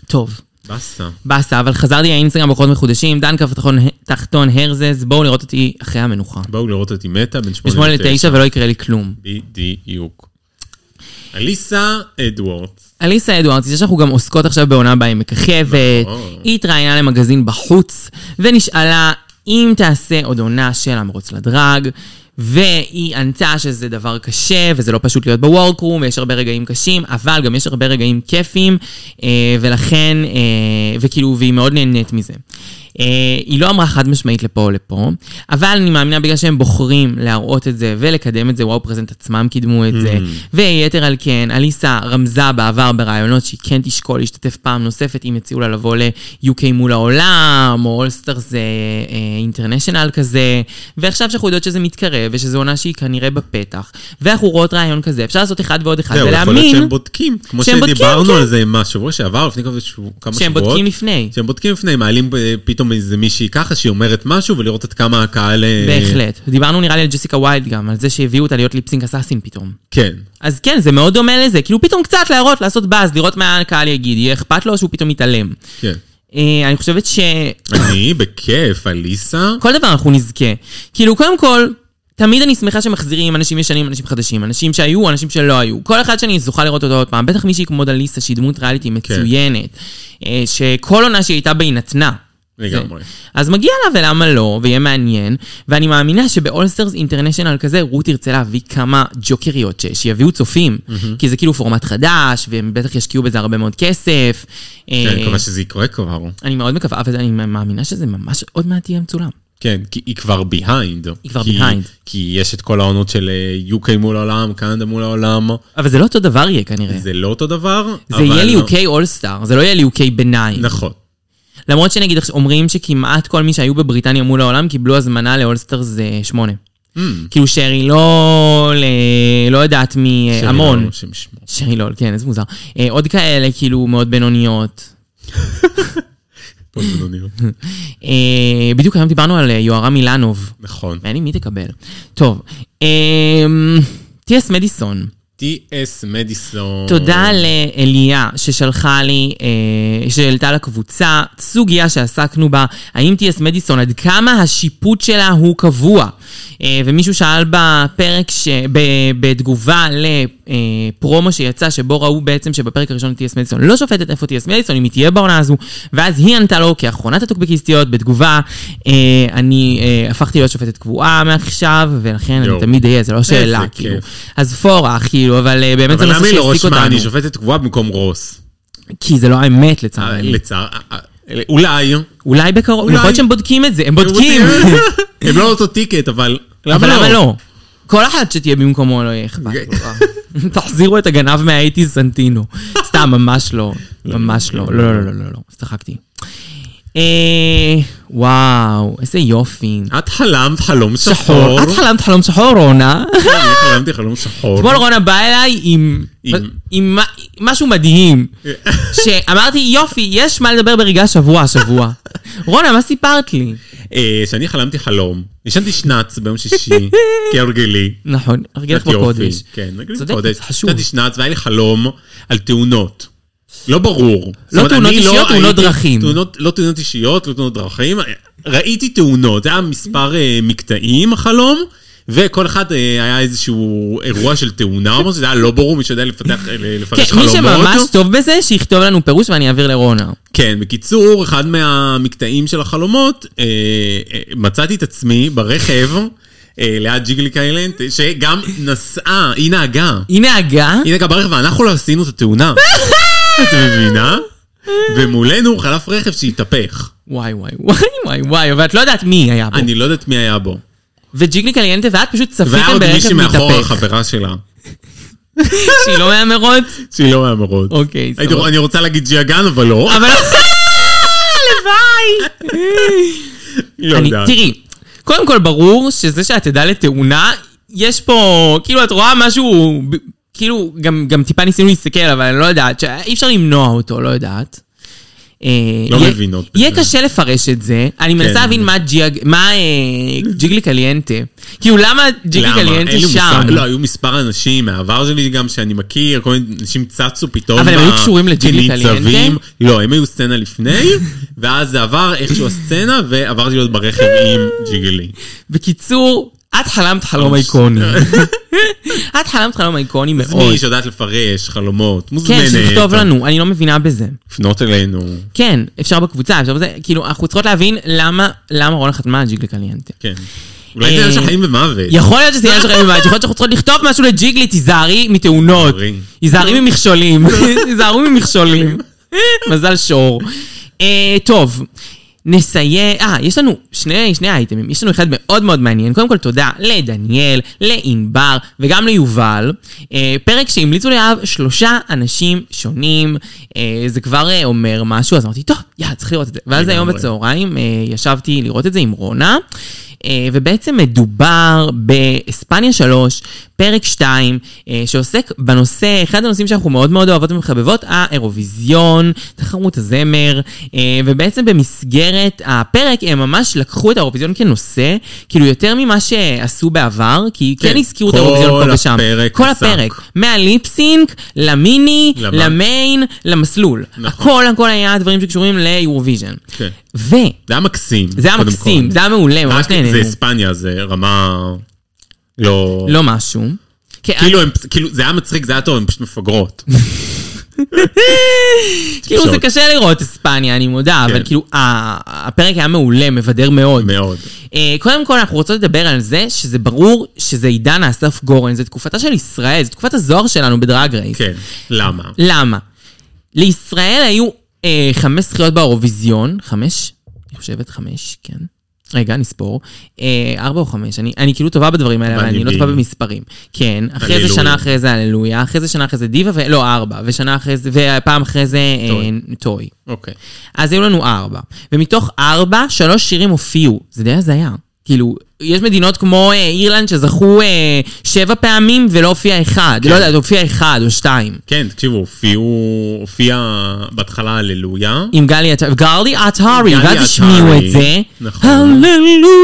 Speaker 2: טוב.
Speaker 3: באסה.
Speaker 2: באסה, אבל חזרתי לאינסטגרם בקולות מחודשים, דן קו תחתון, תחתון הרזס, בואו לראות אותי אחרי המנוחה.
Speaker 3: באו לראות אותי מתה בין
Speaker 2: בשמונה
Speaker 3: שמונה
Speaker 2: לתשע ולא יקרה לי כלום.
Speaker 3: בדיוק. אליסה אדוורדס.
Speaker 2: אליסה אדוארדס, זה שאנחנו גם עוסקות עכשיו בעונה בה היא מככבת,
Speaker 3: נכון.
Speaker 2: היא התראיינה למגזין בחוץ, ונשאלה אם תעשה עוד עונה של המרוץ לדרג, והיא ענתה שזה דבר קשה, וזה לא פשוט להיות בוורקרום, ויש הרבה רגעים קשים, אבל גם יש הרבה רגעים כיפים, אה, ולכן, אה, וכאילו, והיא מאוד נהנית מזה. אה, היא לא אמרה חד משמעית לפה או לפה, אבל אני מאמינה בגלל שהם בוחרים להראות את זה ולקדם את זה, וואו פרזנט עצמם קידמו את
Speaker 3: Mm.
Speaker 2: זה. ויתר על כן, אליסה רמזה בעבר ברעיונות שהיא כן תשקול להשתתף פעם נוספת אם יציעו לה לבוא ל-UK מול העולם, או אולסטר זה אינטרנשיונל כזה, ועכשיו שאנחנו יודעות שזה מתקרב ושזו עונה שהיא כנראה בפתח, ואנחנו רואות רעיון כזה, אפשר לעשות אחד ועוד אחד,
Speaker 3: זהו, יכול להיות
Speaker 2: ולהאמין
Speaker 3: שהם בודקים. כמו
Speaker 2: שהם בודקים,
Speaker 3: שדיברנו
Speaker 2: כן.
Speaker 3: על זה מה, שבוע שעבר, לפני כמה שבוע- כמה שבועות.
Speaker 2: שהם בודקים לפני.
Speaker 3: שהם בודקים לפני, מעלים אה, פתאום איזה מישהי ככה שהיא אומרת משהו ולראות עד כמה הקהל... אה,
Speaker 2: בהחלט. דיברנו נראה לי על ג'סיקה ויילד גם, על זה שהביאו אותה להיות ליפסינג אסאסין פתאום.
Speaker 3: כן.
Speaker 2: אז כן, זה מאוד דומה לזה, כאילו פתאום קצת להראות, לעשות באז, לראות מה הקהל יגיד, יהיה אכפת לו או שהוא פתאום יתעלם.
Speaker 3: כן.
Speaker 2: אה, אני חושבת ש...
Speaker 3: אני בכיף, אליסה.
Speaker 2: כל דבר אנחנו נזכה. כאילו, קודם כל, תמיד אני שמחה שמחזירים אנשים ישנים, אנשים חדשים, אנשים שהיו, אנשים שלא היו. כל אחד שאני זוכה לראות אותו עוד פעם, בטח מישהי כמו דליסה, שהיא דמות ריאליטי מצוינת, אה, שכל עונה שהיא הייתה בה היא נתנה.
Speaker 3: לגמרי.
Speaker 2: אז מגיע לה ולמה לא, ויהיה מעניין, ואני מאמינה שבאולסטרס אינטרנשיונל כזה, רות תרצה להביא כמה ג'וקריות ש- שיביאו צופים, כי זה כאילו פורמט חדש, והם בטח ישקיעו בזה הרבה מאוד כסף.
Speaker 3: כן,
Speaker 2: אה,
Speaker 3: אני מקווה שזה יקרה כבר.
Speaker 2: אני מאוד מקווה, אבל אני מאמינה שזה ממש עוד מעט יהיה מצולם.
Speaker 3: כן, כי היא כבר ביהיינד.
Speaker 2: היא כבר behind.
Speaker 3: כי יש את כל העונות של אה, UK מול העולם, קנדה מול העולם.
Speaker 2: אבל זה לא אותו דבר יהיה כנראה.
Speaker 3: זה לא אותו דבר.
Speaker 2: זה
Speaker 3: אבל-
Speaker 2: יהיה לי UK אולסטאר, זה לא יהיה לי UK ביניים.
Speaker 3: נכון.
Speaker 2: למרות שנגיד עכשיו אומרים שכמעט כל מי שהיו בבריטניה מול העולם קיבלו הזמנה לאולסטאר זה שמונה.
Speaker 3: Mm.
Speaker 2: כאילו שרי לול, אה, לא יודעת מי, אה,
Speaker 3: שאני
Speaker 2: המון.
Speaker 3: לא- שם שמו.
Speaker 2: שרי לול, כן, איזה מוזר. אה, עוד כאלה כאילו מאוד בינוניות.
Speaker 3: פה זה לא נראה.
Speaker 2: אה, בדיוק היום דיברנו על אה, יוהרה מילנוב.
Speaker 3: נכון.
Speaker 2: מעניין מי תקבל. טוב, טי.אס מדיסון.
Speaker 3: T.S. מדיסון.
Speaker 2: תודה לאליה ששלחה לי, אה, שהעלתה לקבוצה, סוגיה שעסקנו בה, האם טי.אס מדיסון, עד כמה השיפוט שלה הוא קבוע? אה, ומישהו שאל בפרק, ש... ב... בתגובה לפרומו שיצא, שבו ראו בעצם שבפרק הראשון טי.אס מדיסון לא שופטת איפה טי.אס מדיסון, אם היא תהיה בעונה הזו, ואז היא ענתה לו כאחרונת הטוקבקיסטיות, בתגובה, אה, אני אה, הפכתי להיות שופטת קבועה מעכשיו, ולכן אני
Speaker 3: יואו.
Speaker 2: תמיד אהיה, זה לא שאלה,
Speaker 3: איזה
Speaker 2: כאילו.
Speaker 3: כיף.
Speaker 2: אז פורה, כאילו, אבל אה, באמת זה
Speaker 3: אבל
Speaker 2: נושא
Speaker 3: למה היא לא
Speaker 2: שהעסיק
Speaker 3: רושמה?
Speaker 2: אותנו.
Speaker 3: אני שופטת קבועה במקום רוס.
Speaker 2: כי זה לא האמת
Speaker 3: אה,
Speaker 2: לצערי.
Speaker 3: לצער... אה, אה, אולי.
Speaker 2: אולי בקרוב,
Speaker 3: אולי.
Speaker 2: יכול להיות שהם בודקים את זה, הם בודקים.
Speaker 3: הם לא אותו טיקט, אבל...
Speaker 2: אבל למה לא? כל אחת שתהיה במקומו לא יהיה אכפת. כל כך. תחזירו את הגנב מהאייטיז סנטינו. סתם, ממש לא. ממש לא. לא, לא, לא, לא, לא. צחקתי. אה, וואו, איזה יופי.
Speaker 3: את חלמת חלום שחור.
Speaker 2: אה, לא? שחור. אוקיי. את חלמת חלום שחור, רונה?
Speaker 3: אני חלמתי חלום שחור.
Speaker 2: אתמול רונה באה אליי עם,
Speaker 3: עם-
Speaker 2: עם מה- משהו מדהים, שאמרתי, יופי, יש מה לדבר ברגע שבוע השבוע. רונה, מה סיפרת לי?
Speaker 3: אה, שאני חלמתי חלום, ישנתי שנץ ביום שישי, כהרגלי.
Speaker 2: נכון, הרגל
Speaker 3: קצת
Speaker 2: כמו
Speaker 3: יופי,
Speaker 2: קודש.
Speaker 3: כן, נגיד
Speaker 2: צודקת,
Speaker 3: קודש.
Speaker 2: זה חשוב.
Speaker 3: ישנתי שנץ והיה לי חלום על תאונות. לא ברור. זאת אומרת,
Speaker 2: תאונות
Speaker 3: אני לא
Speaker 2: אישיות, תאונות
Speaker 3: הייתי-
Speaker 2: דרכים.
Speaker 3: תאונות- לא תאונות אישיות, לא תאונות דרכים. ראיתי תאונות, זה היה מספר אה, מקטעים החלום, וכל אחד אה, היה איזשהו אירוע של תאונה או משהו, זה היה לא ברור, מי שיודע לפתח, אה, לפרש
Speaker 2: כן, מי
Speaker 3: חלומות.
Speaker 2: שממש טוב בזה, שיכתוב לנו פירוש ואני אעביר לרונה.
Speaker 3: כן, בקיצור, אחד מהמקטעים של החלומות, אה, אה, מצאתי את עצמי ברכב אה, ליד ג'יגליק איילנד, שגם נסעה, היא נהגה.
Speaker 2: היא נהגה?
Speaker 3: היא נהגה ברכב, ואנחנו לא עשינו את התאונה. את מבינה? ומולנו חלף רכב שהתהפך.
Speaker 2: וואי וואי וואי וואי וואי, ואת לא יודעת מי היה בו.
Speaker 3: אני לא יודעת מי היה בו.
Speaker 2: וג'יגליקל ינטה ואת פשוט
Speaker 3: והיה
Speaker 2: צפיתם
Speaker 3: עוד
Speaker 2: ברכב
Speaker 3: מישהי מאחורה,
Speaker 2: מתהפך.
Speaker 3: חברה שלה,
Speaker 2: שהיא לא מהמרוץ?
Speaker 3: שהיא לא מהמרות.
Speaker 2: אוקיי,
Speaker 3: הייתי-
Speaker 2: סבבה.
Speaker 3: אני רוצה להגיד ג'יאגן, אבל לא.
Speaker 2: אבל... הלוואי!
Speaker 3: לא
Speaker 2: אני,
Speaker 3: יודעת.
Speaker 2: תראי, קודם כל ברור שזה שאת עדה לתאונה, יש פה, כאילו את רואה משהו, ב- כאילו גם, גם טיפה ניסינו להסתכל, אבל אני לא יודעת, שאי אפשר למנוע אותו, לא יודעת. אה,
Speaker 3: לא
Speaker 2: יהיה-
Speaker 3: מבינות
Speaker 2: יהיה
Speaker 3: בזה. כן.
Speaker 2: קשה לפרש את זה. אני מנסה להבין מה ג'יאג- מה אה, ג'יגלי קליינטה. כאילו, למה ג'יגלי
Speaker 3: למה? אין לי
Speaker 2: קליינטה
Speaker 3: מושג.
Speaker 2: שם?
Speaker 3: לא, היו מספר אנשים מהעבר שלי גם שאני מכיר, כל מיני אנשים צצו פתאום.
Speaker 2: אבל הם
Speaker 3: ב-
Speaker 2: היו קשורים לג'יגלי
Speaker 3: כניצבים.
Speaker 2: טליאנטה?
Speaker 3: לא, הם היו סצנה לפני, ואז זה עבר איכשהו הסצנה, ועברתי להיות ברכב עם ג'יגלי.
Speaker 2: בקיצור, את חלמת חלום
Speaker 3: ממש.
Speaker 2: איקוני. את חלמת חלום איקוני
Speaker 3: אז
Speaker 2: מאוד.
Speaker 3: מי שיודעת לפרש חלומות, מוזמנת.
Speaker 2: כן, שתכתוב לנו, אני לא מבינה בזה.
Speaker 3: לפנות אלינו.
Speaker 2: כן, אפשר בקבוצה, אפשר בזה, כאילו, אנחנו צריכות להבין למה, למה רונה חתמה על ג'יגלי קליינטה.
Speaker 3: כן. אולי זה
Speaker 2: אה,
Speaker 3: עניין של חיים ומוות.
Speaker 2: יכול להיות שזה עניין שלכם בבית, יכול להיות שאנחנו צריכות לכתוב משהו לג'יגלי, תיזהרי מתאונות.
Speaker 3: תיזהרי.
Speaker 2: היזהרי ממכשולים. היזהרו ממכשולים. מזל שור. אה, טוב. נסיים, אה, יש לנו שני, שני אייטמים, יש לנו אחד מאוד מאוד מעניין. קודם כל תודה לדניאל, לענבר וגם ליובל. אה, פרק שהמליצו לי עליו שלושה אנשים שונים, אה, זה כבר אה, אומר משהו, אז אמרתי, טוב, יאללה, צריך לראות את זה. ואז היום
Speaker 3: לגמרי.
Speaker 2: בצהריים אה, ישבתי לראות את זה עם רונה, אה, ובעצם מדובר באספניה 3, פרק 2, אה, שעוסק בנושא, אחד הנושאים שאנחנו מאוד מאוד אוהבות ומחבבות, האירוויזיון, תחרות הזמר, אה, ובעצם במסגרת הפרק הם ממש לקחו את האירוויזיון כנושא, כאילו יותר ממה שעשו בעבר, כי כן,
Speaker 3: כן,
Speaker 2: הזכירו את
Speaker 3: כל
Speaker 2: האירוויזיון פה ושם.
Speaker 3: הפרק
Speaker 2: כל
Speaker 3: עסק.
Speaker 2: הפרק. מהליפסינק, למיני,
Speaker 3: למה? נכון.
Speaker 2: למיין, למסלול. הכל הכל היה דברים שקשורים לאירוויזיון.
Speaker 3: כן.
Speaker 2: ו...
Speaker 3: זה היה מקסים.
Speaker 2: זה היה
Speaker 3: קודם
Speaker 2: מקסים,
Speaker 3: כל.
Speaker 2: זה היה מעולה, ממש
Speaker 3: רק זה
Speaker 2: נהנינו.
Speaker 3: אספניה, זה רמה... לא...
Speaker 2: לא משהו. כן,
Speaker 3: כאילו, הם- כאילו, זה היה מצחיק, זה היה טוב, הן פשוט מפגרות.
Speaker 2: כאילו זה
Speaker 3: טיפשות.
Speaker 2: קשה לראות אספניה, אני מודה, אבל
Speaker 3: כן.
Speaker 2: כאילו ה- הפרק היה מעולה, מבדר מאוד.
Speaker 3: מאוד.
Speaker 2: אה, קודם כל, אנחנו רוצות לדבר על זה שזה ברור שזה עידן האסף גורן, זה תקופתה של ישראל, זה תקופת הזוהר שלנו בדרג רייס.
Speaker 3: כן, למה?
Speaker 2: למה? לישראל היו אה, חמש זכיות באירוויזיון, חמש? אני חושבת חמש, כן. רגע, נספור. אה, ארבע או חמש, אני, אני כאילו טובה בדברים האלה, אבל אני לא
Speaker 3: מעניינים.
Speaker 2: טובה במספרים. כן, אחרי זה
Speaker 3: הללויה.
Speaker 2: שנה אחרי זה הללויה, אחרי זה שנה אחרי זה דיווה, ו- לא, ארבע, ושנה אחרי זה, ופעם אחרי זה אה,
Speaker 3: טוי.
Speaker 2: טוי.
Speaker 3: אוקיי.
Speaker 2: אז היו לנו ארבע, ומתוך ארבע, שלוש שירים הופיעו. זה די הזיה. כאילו, יש מדינות כמו אה, אירלנד שזכו אה, שבע פעמים ולא הופיע אחד. לא יודעת, הופיע אחד או שתיים.
Speaker 3: כן, תקשיבו, הופיעו, הופיע בהתחלה הללויה.
Speaker 2: עם גלי עטרי, גלי עטרי,
Speaker 3: נכון. גלי
Speaker 2: ואז
Speaker 3: עטרי.
Speaker 2: השמיעו את זה.
Speaker 3: נכון.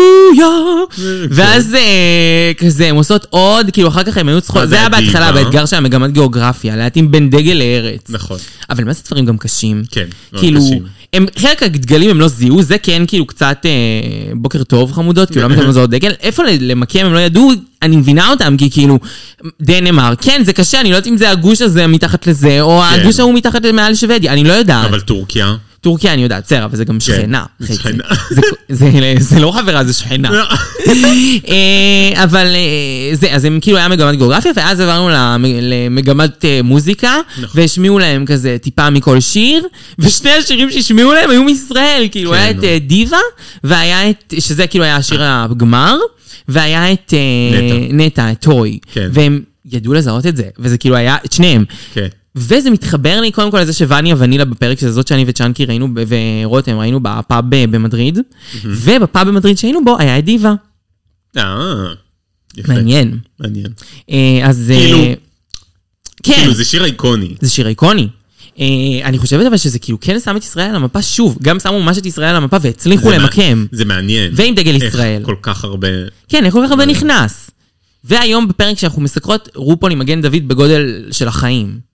Speaker 2: הללויה. ואז אה, כזה, הם עושות עוד, כאילו אחר כך הם היו צריכות,
Speaker 3: מה
Speaker 2: זה
Speaker 3: זה
Speaker 2: היה בהתחלה,
Speaker 3: הדיבה?
Speaker 2: באתגר של המגמת גיאוגרפיה, להתאים בין דגל לארץ.
Speaker 3: נכון.
Speaker 2: אבל מה זה דברים גם קשים?
Speaker 3: כן, מאוד
Speaker 2: כאילו,
Speaker 3: קשים.
Speaker 2: הם, חלק הדגלים הם לא זיהו, זה כן כאילו קצת אה, בוקר טוב חמודות, כאילו למה אתם לא זוהות דגל? איפה ל- למקם הם לא ידעו, אני מבינה אותם, כי כאילו, דנמרק, כן זה קשה, אני לא יודעת אם זה הגוש הזה מתחת לזה, או
Speaker 3: כן.
Speaker 2: הגוש ההוא מתחת מעל שוודיה, אני לא יודעת.
Speaker 3: אבל טורקיה.
Speaker 2: טורקיה אני יודעת, בסדר, אבל זה גם שכנה.
Speaker 3: כן, זה
Speaker 2: חצי.
Speaker 3: שכנה.
Speaker 2: זה- זה- זה לא חברה, זה שכנה. אה, אבל אה, זה, אז הם כאילו היה מגמת גיאוגרפיה, ואז עברנו למ- למגמת אה, מוזיקה,
Speaker 3: נכון.
Speaker 2: והשמיעו להם כזה טיפה מכל שיר, ושני השירים שהשמיעו להם היו מישראל, כאילו
Speaker 3: כן,
Speaker 2: היה את
Speaker 3: נו.
Speaker 2: אה, דיווה, והיה את, שזה כאילו היה השיר הגמר, והיה את אה,
Speaker 3: נטע.
Speaker 2: נטע, את טוי.
Speaker 3: כן.
Speaker 2: והם ידעו לזהות את זה, וזה כאילו היה את שניהם.
Speaker 3: כן.
Speaker 2: וזה מתחבר לי קודם כל לזה שווניה ונילה בפרק שזה זאת שאני וצ'אנקי ראינו, ב- ורותם ראינו בפאב ב- במדריד, ובפאב במדריד שהיינו בו היה את דיווה.
Speaker 3: אה, יפה.
Speaker 2: מעניין.
Speaker 3: מעניין.
Speaker 2: אה, אז... אה,
Speaker 3: כאילו-
Speaker 2: כן,
Speaker 3: כאילו, זה שיר איקוני.
Speaker 2: זה שיר איקוני. אה, אני חושבת אבל שזה כאילו כן שם את ישראל על המפה שוב, גם שמו ממש את ישראל על המפה והצליחו
Speaker 3: זה מע-
Speaker 2: למקם.
Speaker 3: זה מעניין.
Speaker 2: ועם דגל
Speaker 3: איך
Speaker 2: ישראל.
Speaker 3: כל כך הרבה...
Speaker 2: כן, איך כל כך הרבה נכנס. והיום בפרק שאנחנו מסקרות, רופול עם מגן דוד בגודל של החיים.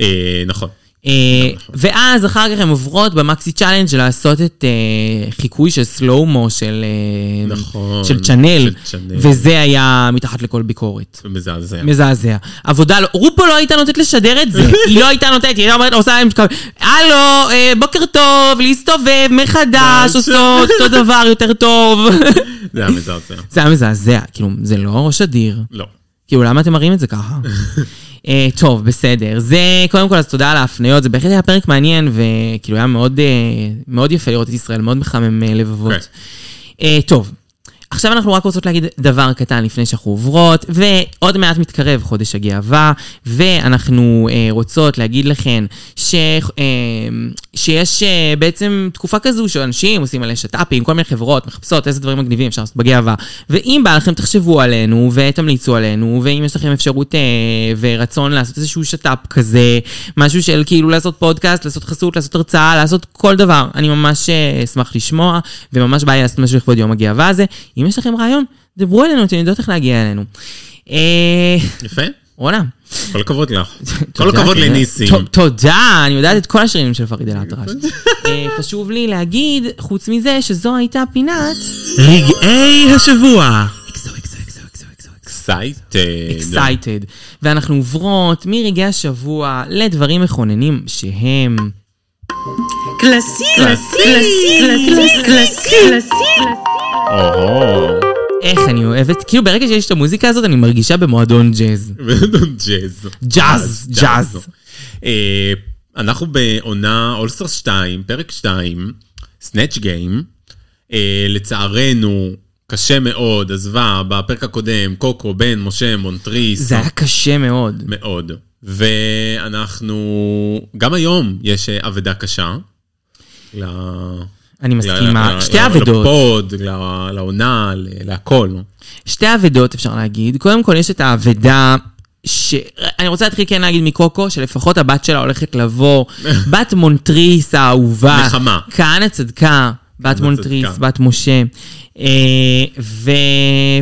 Speaker 3: אה, נכון.
Speaker 2: אה, ואז אחר כך הן עוברות במקסי צ'אלנג' לעשות את אה, חיקוי של סלומו של, אה,
Speaker 3: נכון,
Speaker 2: של צ'אנל,
Speaker 3: של צ'אנל.
Speaker 2: וזה היה מתחת לכל ביקורת.
Speaker 3: מזעזע.
Speaker 2: מזעזע. עבודה לא... רופו לא הייתה נותנת לשדר את זה. היא לא הייתה נותנת, היא הייתה אומרת, עושה להם... שכב- הלו, אה, בוקר טוב, להסתובב מחדש,
Speaker 3: ממש.
Speaker 2: עושות אותו דבר יותר טוב.
Speaker 3: זה היה מזעזע.
Speaker 2: זה היה מזעזע, כאילו, זה לא שדיר.
Speaker 3: לא.
Speaker 2: כאילו, למה אתם מראים את זה ככה? אה, טוב, בסדר. זה, קודם כל, אז תודה על ההפניות, זה בהחלט היה פרק מעניין, וכאילו, היה מאוד, אה, מאוד יפה לראות את ישראל, מאוד מחמם אה,
Speaker 3: כן.
Speaker 2: לבבות. אה, טוב, עכשיו אנחנו רק רוצות להגיד דבר קטן לפני שאנחנו עוברות, ועוד מעט מתקרב חודש הגאווה, ואנחנו אה, רוצות להגיד לכן ש, אה, שיש אה, בעצם תקופה כזו שאנשים עושים עליה שת"פים, כל מיני חברות מחפשות איזה דברים מגניבים אפשר לעשות בגאווה. ואם בא לכם, תחשבו עלינו ותמליצו עלינו, ואם יש לכם אפשרות אה, ורצון לעשות איזשהו שת"פ כזה, משהו של כאילו לעשות פודקאסט, לעשות חסות, לעשות הרצאה, לעשות כל דבר. אני ממש אה, אשמח לשמוע, וממש בא לי לעשות משהו לכבוד יום הגאווה הזה. אם יש לכם רעיון, דברו עלינו, אתם יודעות איך להגיע אלינו. אה...
Speaker 3: יפה.
Speaker 2: רונה.
Speaker 3: כל הכבוד לך. כל
Speaker 2: תודה,
Speaker 3: הכבוד
Speaker 2: תודה.
Speaker 3: לניסים.
Speaker 2: ת- תודה, אני יודעת את כל השירים של פריד אלאטרש. אה, חשוב לי להגיד, חוץ מזה, שזו הייתה פינת...
Speaker 4: רגעי השבוע.
Speaker 2: אקסו, אקסו, אקסו, אקסו, אקסו, אקסו.
Speaker 3: אקסייטד.
Speaker 2: אקסייטד. ואנחנו עוברות מרגעי השבוע לדברים מכוננים שהם...
Speaker 1: קלאסי, קלאסי, קלאסי, קלאסי,
Speaker 3: או-הו.
Speaker 2: איך אני אוהבת, כאילו ברגע שיש את המוזיקה הזאת אני מרגישה במועדון ג'אז.
Speaker 3: ג'אז.
Speaker 2: ג'אז,
Speaker 3: לא,
Speaker 2: ג'אז.
Speaker 3: אה, אנחנו בעונה אולסטר 2, פרק 2, סנאצ' גיים. אה, לצערנו, קשה מאוד, עזבה בפרק הקודם קוקו, בן, משה, מונטריס.
Speaker 2: זה היה קשה מאוד.
Speaker 3: מאוד. ואנחנו, גם היום יש אה, אבדה קשה. ל...
Speaker 2: אני
Speaker 3: ל-
Speaker 2: מסכימה.
Speaker 3: ל-
Speaker 2: שתי
Speaker 3: ל-
Speaker 2: אבדות.
Speaker 3: לפוד, ל- לעונה, ל- להכל.
Speaker 2: שתי אבדות אפשר להגיד. קודם כל יש את האבדה... ש... אני רוצה להתחיל כן להגיד מקוקו, שלפחות הבת שלה הולכת לבוא, בת מונטריס האהובה.
Speaker 3: נחמה.
Speaker 2: כהנא צדקה, בת מונטריס,
Speaker 3: צדקה.
Speaker 2: בת משה. אה, ו...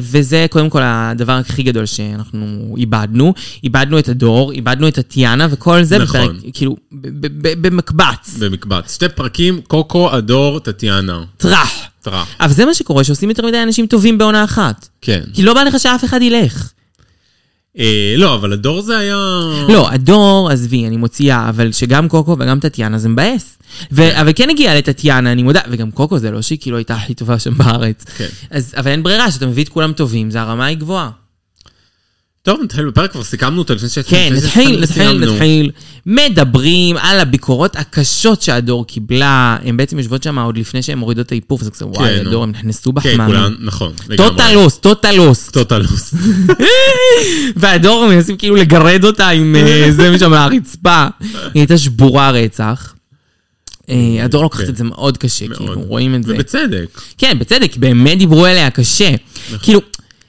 Speaker 2: וזה קודם כל הדבר הכי גדול שאנחנו איבדנו. איבדנו את הדור, איבדנו את טטיאנה, וכל זה
Speaker 3: נכון.
Speaker 2: בפרק, כאילו, ב- ב- ב- במקבץ,
Speaker 3: במקבץ. שתי פרקים, קוקו, הדור, טטיאנה.
Speaker 2: טראח.
Speaker 3: טרה.
Speaker 2: אבל זה מה שקורה, שעושים יותר מדי אנשים טובים בעונה אחת.
Speaker 3: כן.
Speaker 2: כי לא בא לך שאף אחד ילך.
Speaker 3: אה, לא, אבל הדור זה היה...
Speaker 2: לא,
Speaker 3: Mm.
Speaker 2: הדור, עזבי, אני מוציאה, אבל שגם קוקו וגם טטיאנה זה מבאס. ו- אבל כן הגיעה לטטיאנה, אני מודה, וגם קוקו זה לא שהיא כאילו הייתה הכי טובה שם בארץ.
Speaker 3: כן.
Speaker 2: אז, אבל אין ברירה, שאתה מביא את כולם טובים, זה הרמה היא גבוהה.
Speaker 3: טוב, נתחיל בפרק, כבר סיכמנו אותו לפני ש...
Speaker 2: כן,
Speaker 3: לפני
Speaker 2: נתחיל,
Speaker 3: שסיימנו.
Speaker 2: נתחיל, נתחיל. מדברים על הביקורות הקשות שהדור קיבלה. הן בעצם יושבות שם עוד לפני שהן מורידות את האיפוף, זה כזה, וואי,
Speaker 3: נו.
Speaker 2: הדור, הם נכנסו
Speaker 3: כן, כולן,
Speaker 2: בחמאמי.
Speaker 3: נכון.
Speaker 2: טוטל לוס, טוטל לוס.
Speaker 3: טוטלוס.
Speaker 2: והדור מנסים כאילו לגרד אותה עם אה, זה משם מהרצפה. היא הייתה שבורה רצח. אה, הדור לוקחת
Speaker 3: כן.
Speaker 2: את זה מאוד קשה, כאילו, רואים את זה.
Speaker 3: ובצדק.
Speaker 2: כן, בצדק, באמת דיברו עליה קשה.
Speaker 3: נכון.
Speaker 2: כאילו,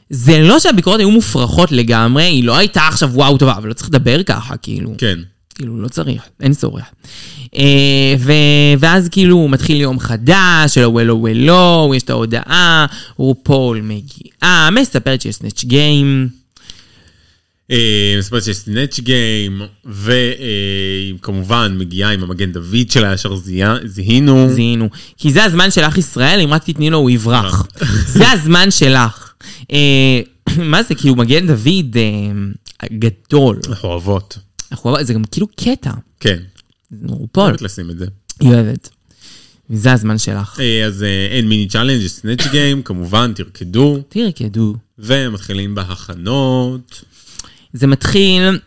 Speaker 2: זה לא שהביקורות היו מופרכות לגמרי, היא לא הייתה עכשיו וואו טובה, אבל לא צריך לדבר ככה, כאילו.
Speaker 3: כן.
Speaker 2: כאילו, לא צריך, אין צורך. אה, ו... ואז כאילו מתחיל יום חדש, של הוולו וולו, יש את ההודעה, רופול מגיעה, מספרת שיש סנאצ' גיים.
Speaker 3: אה, מספרת שיש סנאצ' גיים, וכמובן אה, מגיעה עם המגן דוד שלה, ישר זיה- זיהינו.
Speaker 2: זיהינו. כי זה הזמן שלך, ישראל, אם רק תתני לו, הוא יברח. זה הזמן שלך. אה, מה זה, כאילו, מגן דוד אה, גדול.
Speaker 3: אנחנו אוהבות.
Speaker 2: אנחנו אוהב- זה גם כאילו קטע.
Speaker 3: כן.
Speaker 2: זה נורפול.
Speaker 3: אוהבת לשים את זה.
Speaker 2: היא אוהבת. זה הזמן שלך.
Speaker 3: כן. אה, אז אה, אין מיני צ'אלנג', יש סנאצ' גיים, כמובן, תרקדו,
Speaker 2: תרקדו.
Speaker 3: ומתחילים בהכנות.
Speaker 2: זה מתחיל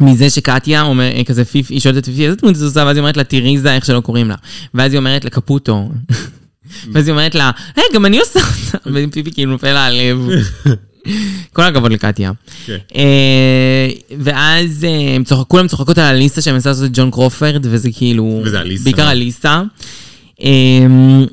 Speaker 2: מזה שקטיה אומר, אה, כזה פיפי, היא שואלת את פיפי, איזה תמות את עושה? ואז היא אומרת לה, תיריזה, איך שלא קוראים לה. ואז היא אומרת לה, קפוטו. ואז היא אומרת לה, היי, גם אני עושה אותה. ופיפי כאילו נופל לה הלב. כל הכבוד לקטיה.
Speaker 3: כן.
Speaker 2: אה, ואז אה, הם צוחק- כולם צוחקות על אליסה שמנסה לעשות את ג'ון קרופרד, וזה כאילו...
Speaker 3: וזה אליסה.
Speaker 2: בעיקר אליסה. אה, אמ,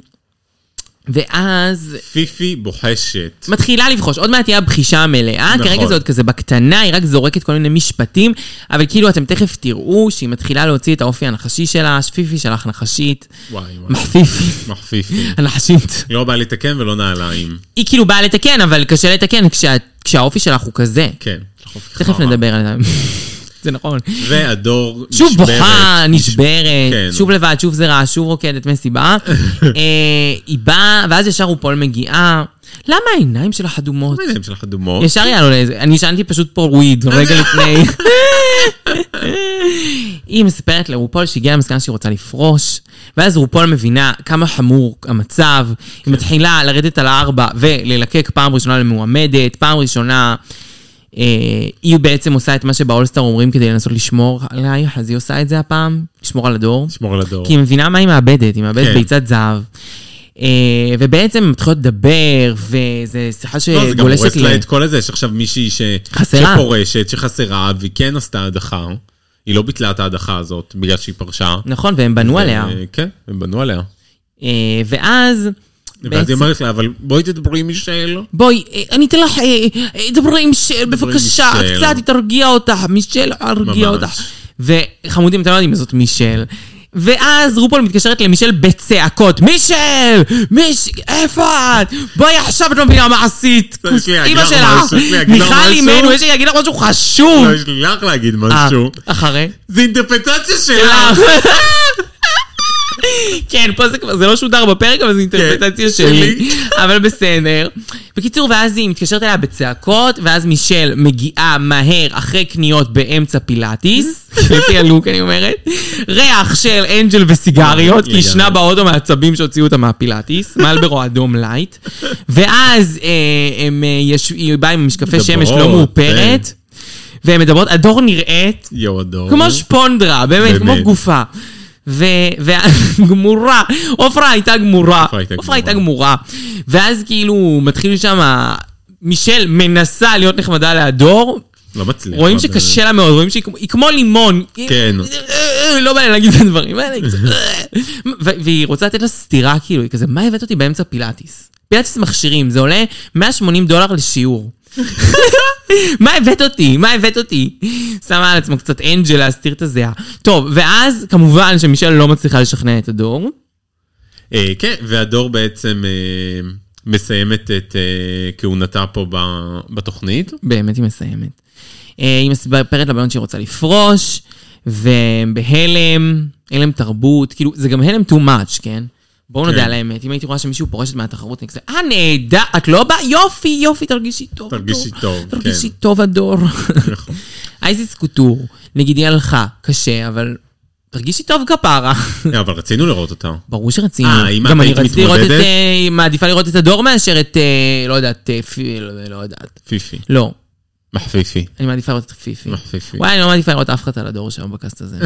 Speaker 2: ואז
Speaker 3: פיפי בוחשת.
Speaker 2: מתחילה לבחוש, עוד מעט תהיה הבחישה המלאה,
Speaker 3: נכון.
Speaker 2: נכון. כרגע זה עוד כזה בקטנה, היא רק זורקת כל מיני משפטים, אבל כאילו אתם תכף תראו שהיא מתחילה להוציא את האופי הנחשי שלה, שפיפי שלך נחשית,
Speaker 3: וואי וואי.
Speaker 2: מחפיפי,
Speaker 3: מחפיפי.
Speaker 2: הנחשית.
Speaker 3: לא בא לתקן ולא נעליים.
Speaker 2: היא כאילו באה לתקן, אבל קשה לתקן כשה, כשהאופי שלך הוא כזה.
Speaker 3: כן.
Speaker 2: תכף נדבר על זה. זה נכון.
Speaker 3: והדור
Speaker 2: שוב
Speaker 3: נשברת.
Speaker 2: בוכה, נשברת,
Speaker 3: כן.
Speaker 2: שוב לבד, שוב זה רע, שוב רוקדת מסיבה. אה, היא באה, ואז ישר רופול מגיעה. למה העיניים שלך אדומות?
Speaker 3: מה העיניים שלך אדומות?
Speaker 2: ישר יעלו לאיזה, אני ישנתי פשוט פה וויד רגע לפני. היא מספרת לרופול שהגיעה למסקנה שהיא רוצה לפרוש, ואז רופול מבינה כמה חמור המצב,
Speaker 3: כן.
Speaker 2: היא מתחילה לרדת על הארבע וללקק פעם ראשונה למועמדת, פעם ראשונה... אה, היא בעצם עושה את מה שבאולסטאר אומרים כדי לנסות לשמור עלייך, אז היא עושה את זה הפעם, לשמור על הדור.
Speaker 3: שמור על הדור.
Speaker 2: כי היא מבינה מה היא מאבדת, היא מאבדת
Speaker 3: כן.
Speaker 2: ביצת זהב. אה, ובעצם הן מתחילות לדבר, וזו שיחה
Speaker 3: לא, זה גם
Speaker 2: שגולשת
Speaker 3: הורס לה
Speaker 2: אה, ל...
Speaker 3: את כל הזה, יש עכשיו מישהי ש...
Speaker 2: חסרה.
Speaker 3: שפורשת, שחסרה, והיא כן עשתה הדחה. היא לא ביטלה את ההדחה הזאת בגלל שהיא פרשה.
Speaker 2: נכון, והם בנו עליה.
Speaker 3: אה, כן, הם בנו עליה.
Speaker 2: אה, ואז...
Speaker 3: ואז
Speaker 2: בעצם-
Speaker 3: היא אומרת לה, אבל בואי תדברי עם מישל.
Speaker 2: בואי, אה, אני אתן לך, אה, אה, דברי עם של, בבקשה,
Speaker 3: עם מישל.
Speaker 2: קצת, היא תרגיע אותך, מישל תרגיע
Speaker 3: ממש.
Speaker 2: אותך. וחמודים, אתם לא יודעים מה זאת מישל. ואז רופול מתקשרת למישל בצעקות, מישל! מיש... איפה את? בואי עכשיו את לא מבינה מה עשית.
Speaker 3: לא, יש לי להגיד
Speaker 2: אמא
Speaker 3: לך
Speaker 2: שלך,
Speaker 3: משהו, יש לי להגיד לך
Speaker 2: מיכל
Speaker 3: משהו.
Speaker 2: אימנו, יש לי להגיד לך משהו חשוב.
Speaker 3: לא, יש לי לך להגיד
Speaker 2: אה,
Speaker 3: משהו.
Speaker 2: אחרי?
Speaker 3: זה אינטרפטציה שלך.
Speaker 2: כן, פה זה כבר, זה לא שודר בפרק, אבל זו אינטרפטציה
Speaker 3: כן, שלי.
Speaker 2: שלי. אבל בסדר. בקיצור, ואז היא מתקשרת אליה בצעקות, ואז מישל מגיעה מהר אחרי קניות באמצע פילאטיס, לפי הלוק אני אומרת, ריח של אנג'ל וסיגריות, כי
Speaker 3: לגמרי.
Speaker 2: ישנה באוטו מעצבים שהוציאו אותה מהפילאטיס, מלברו אדום לייט. ואז אה, הם, אה, יש- היא באה עם משקפי שמש לא
Speaker 3: מדברות, כן.
Speaker 2: מאופרת, והן מדברות, הדור נראית
Speaker 3: יואו, הדור.
Speaker 2: כמו שפונדרה, באמת, כמו
Speaker 3: באמת.
Speaker 2: גופה. וגמורה, עופרה הייתה גמורה,
Speaker 3: עופרה הייתה
Speaker 2: עופרה
Speaker 3: גמורה.
Speaker 2: הייתה גמורה. ואז כאילו מתחיל שם, מישל מנסה להיות נחמדה להדור,
Speaker 3: לא מצליח.
Speaker 2: רואים
Speaker 3: מה זה?
Speaker 2: שקשה לה מאוד, רואים שהיא כמו- היא כמו לימון. היא-
Speaker 3: כן.
Speaker 2: אה, לא בא לי להגיד את הדברים האלה. היא קצת, אה. ו- והיא רוצה לתת לה סטירה, כאילו, היא כזה, מה הבאת אותי באמצע פילאטיס? פילאטיס מכשירים, זה עולה 180 דולר לשיעור. מה הבאת אותי? מה הבאת אותי? שמה על עצמו קצת אנג'ל להסתיר את הזיעה. טוב, ואז כמובן שמישל לא מצליחה לשכנע את הדור.
Speaker 3: אה, כן, והדור בעצם אה, מסיימת את אה, כהונתה פה ב- בתוכנית.
Speaker 2: באמת היא מסיימת. אה, היא מספרת לבנות שהיא רוצה לפרוש, והם בהלם, הלם תרבות, כאילו, זה גם הלם too much, כן? בואו נודה
Speaker 3: כן.
Speaker 2: על האמת, אם הייתי רואה שמישהו פורשת מהתחרות, אני כזה, אה, נהדר, את לא באה? יופי, יופי, תרגישי טוב.
Speaker 3: תרגישי טוב, כן.
Speaker 2: תרגישי טוב, הדור.
Speaker 3: נכון.
Speaker 2: אייזיס קוטור, נגיד היא הלכה, קשה, אבל תרגישי טוב כפרה.
Speaker 3: אה, אבל רצינו לראות אותה.
Speaker 2: ברור שרצינו.
Speaker 3: אה, אם
Speaker 2: גם
Speaker 3: את
Speaker 2: אני
Speaker 3: היית
Speaker 2: רציתי לראות את...
Speaker 3: מתמודדת?
Speaker 2: אה, היא מעדיפה לראות את הדור מאשר את, אה, לא יודעת, אה, פי- לא- לא יודעת.
Speaker 3: פיפי.
Speaker 2: לא,
Speaker 3: מחפיפי.
Speaker 2: אני מעדיפה לראות את פיפי.
Speaker 3: מחפיפי.
Speaker 2: וואי, אני לא מעדיפה לראות אף אחד על הדור שם בקאסט הזה.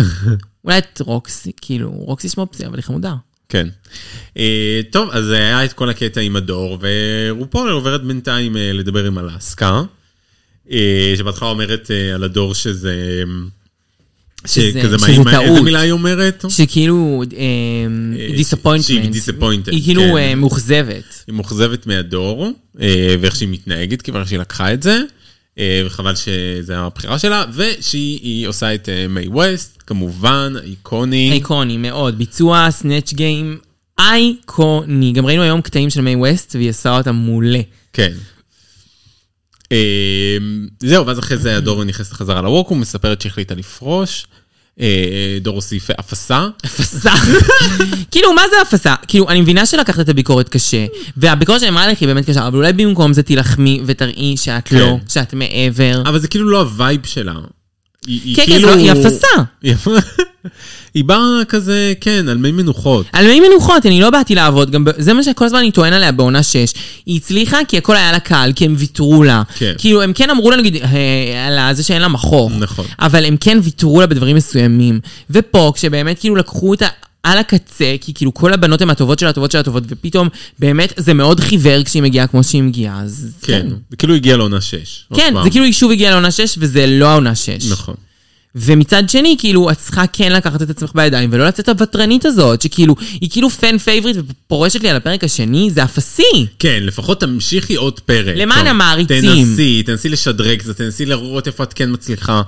Speaker 2: אולי את רוקסי, כאילו, רוקסי שמופסי, אבל היא חמודה.
Speaker 3: כן. אה, טוב, אז היה את כל הקטע עם הדור, ורופול עוברת בינתיים אה, לדבר עם אלסקה, אה, שבהתחלה אומרת אה, על הדור שזה...
Speaker 2: שזה-
Speaker 3: שכזה, מה
Speaker 2: שזה
Speaker 3: היא- מה- איזה
Speaker 2: טעות.
Speaker 3: מילה היא אומרת?
Speaker 2: שכאילו,
Speaker 3: אה,
Speaker 2: דיסאפוינטמנט.
Speaker 3: שהיא disappointed,
Speaker 2: היא כאילו
Speaker 3: כן.
Speaker 2: אה, מאוכזבת.
Speaker 3: היא מאוכזבת מהדור, אה, ואיך שהיא מתנהגת, כיוון שהיא לקחה את זה, אה, וחבל שזו הבחירה שלה, ושהיא היא עושה את אה, מיי ווסט, כמובן, איקוני.
Speaker 2: אייקוני מאוד. ביצוע סנאצ' גיים אייקוני. גם ראינו היום קטעים של מיי ווסט, והיא עשה אותם מעולה.
Speaker 3: כן. אה, זהו, ואז אחרי זה הדור נכנסת חזרה לוורקום, מספרת שהחליטה לפרוש. אה, דור הוסיף אפסה.
Speaker 2: הפסה. כאילו, מה זה הפסה? כאילו, אני מבינה שלקחת את הביקורת קשה, והביקורת שנאמרה לך היא באמת קשה, אבל אולי במקום זה תילחמי ותראי שאת לא,
Speaker 3: כן.
Speaker 2: שאת מעבר.
Speaker 3: אבל זה כאילו לא הווייב שלה. היא, היא
Speaker 2: כן, כן,
Speaker 3: כאילו...
Speaker 2: זו- היא אפסה.
Speaker 3: היא אפ- היא באה כזה, כן, על מי מנוחות.
Speaker 2: על מי מנוחות, אני לא באתי לעבוד, גם ב- זה מה שכל הזמן אני טוען עליה בעונה 6. היא הצליחה כי הכל היה לה קל, כי הם ויתרו לה.
Speaker 3: כן.
Speaker 2: כאילו, הם כן אמרו לה, נגיד, "אה, על זה שאין לה מכוך.
Speaker 3: נכון.
Speaker 2: אבל הם כן ויתרו לה בדברים מסוימים. ופה, כשבאמת כאילו לקחו אותה... על הקצה, כי כאילו כל הבנות הן הטובות של הטובות של הטובות, ופתאום באמת זה מאוד חיוור כשהיא מגיעה כמו שהיא מגיעה, אז...
Speaker 3: כן, זה כאילו הגיע לעונה 6.
Speaker 2: כן, זה כאילו היא שוב הגיעה לעונה 6, וזה לא העונה 6.
Speaker 3: נכון.
Speaker 2: ומצד שני, כאילו, את צריכה כן לקחת את עצמך בידיים ולא לצאת הוותרנית הזאת, שכאילו, היא כאילו פן פייבוריט ופורשת לי על הפרק השני, זה אפסי.
Speaker 3: כן, לפחות תמשיכי עוד פרק.
Speaker 2: למען
Speaker 3: טוב,
Speaker 2: המעריצים.
Speaker 3: תנסי, תנסי לשדרג קצת, תנסי לראות איפה את כן מצליחה.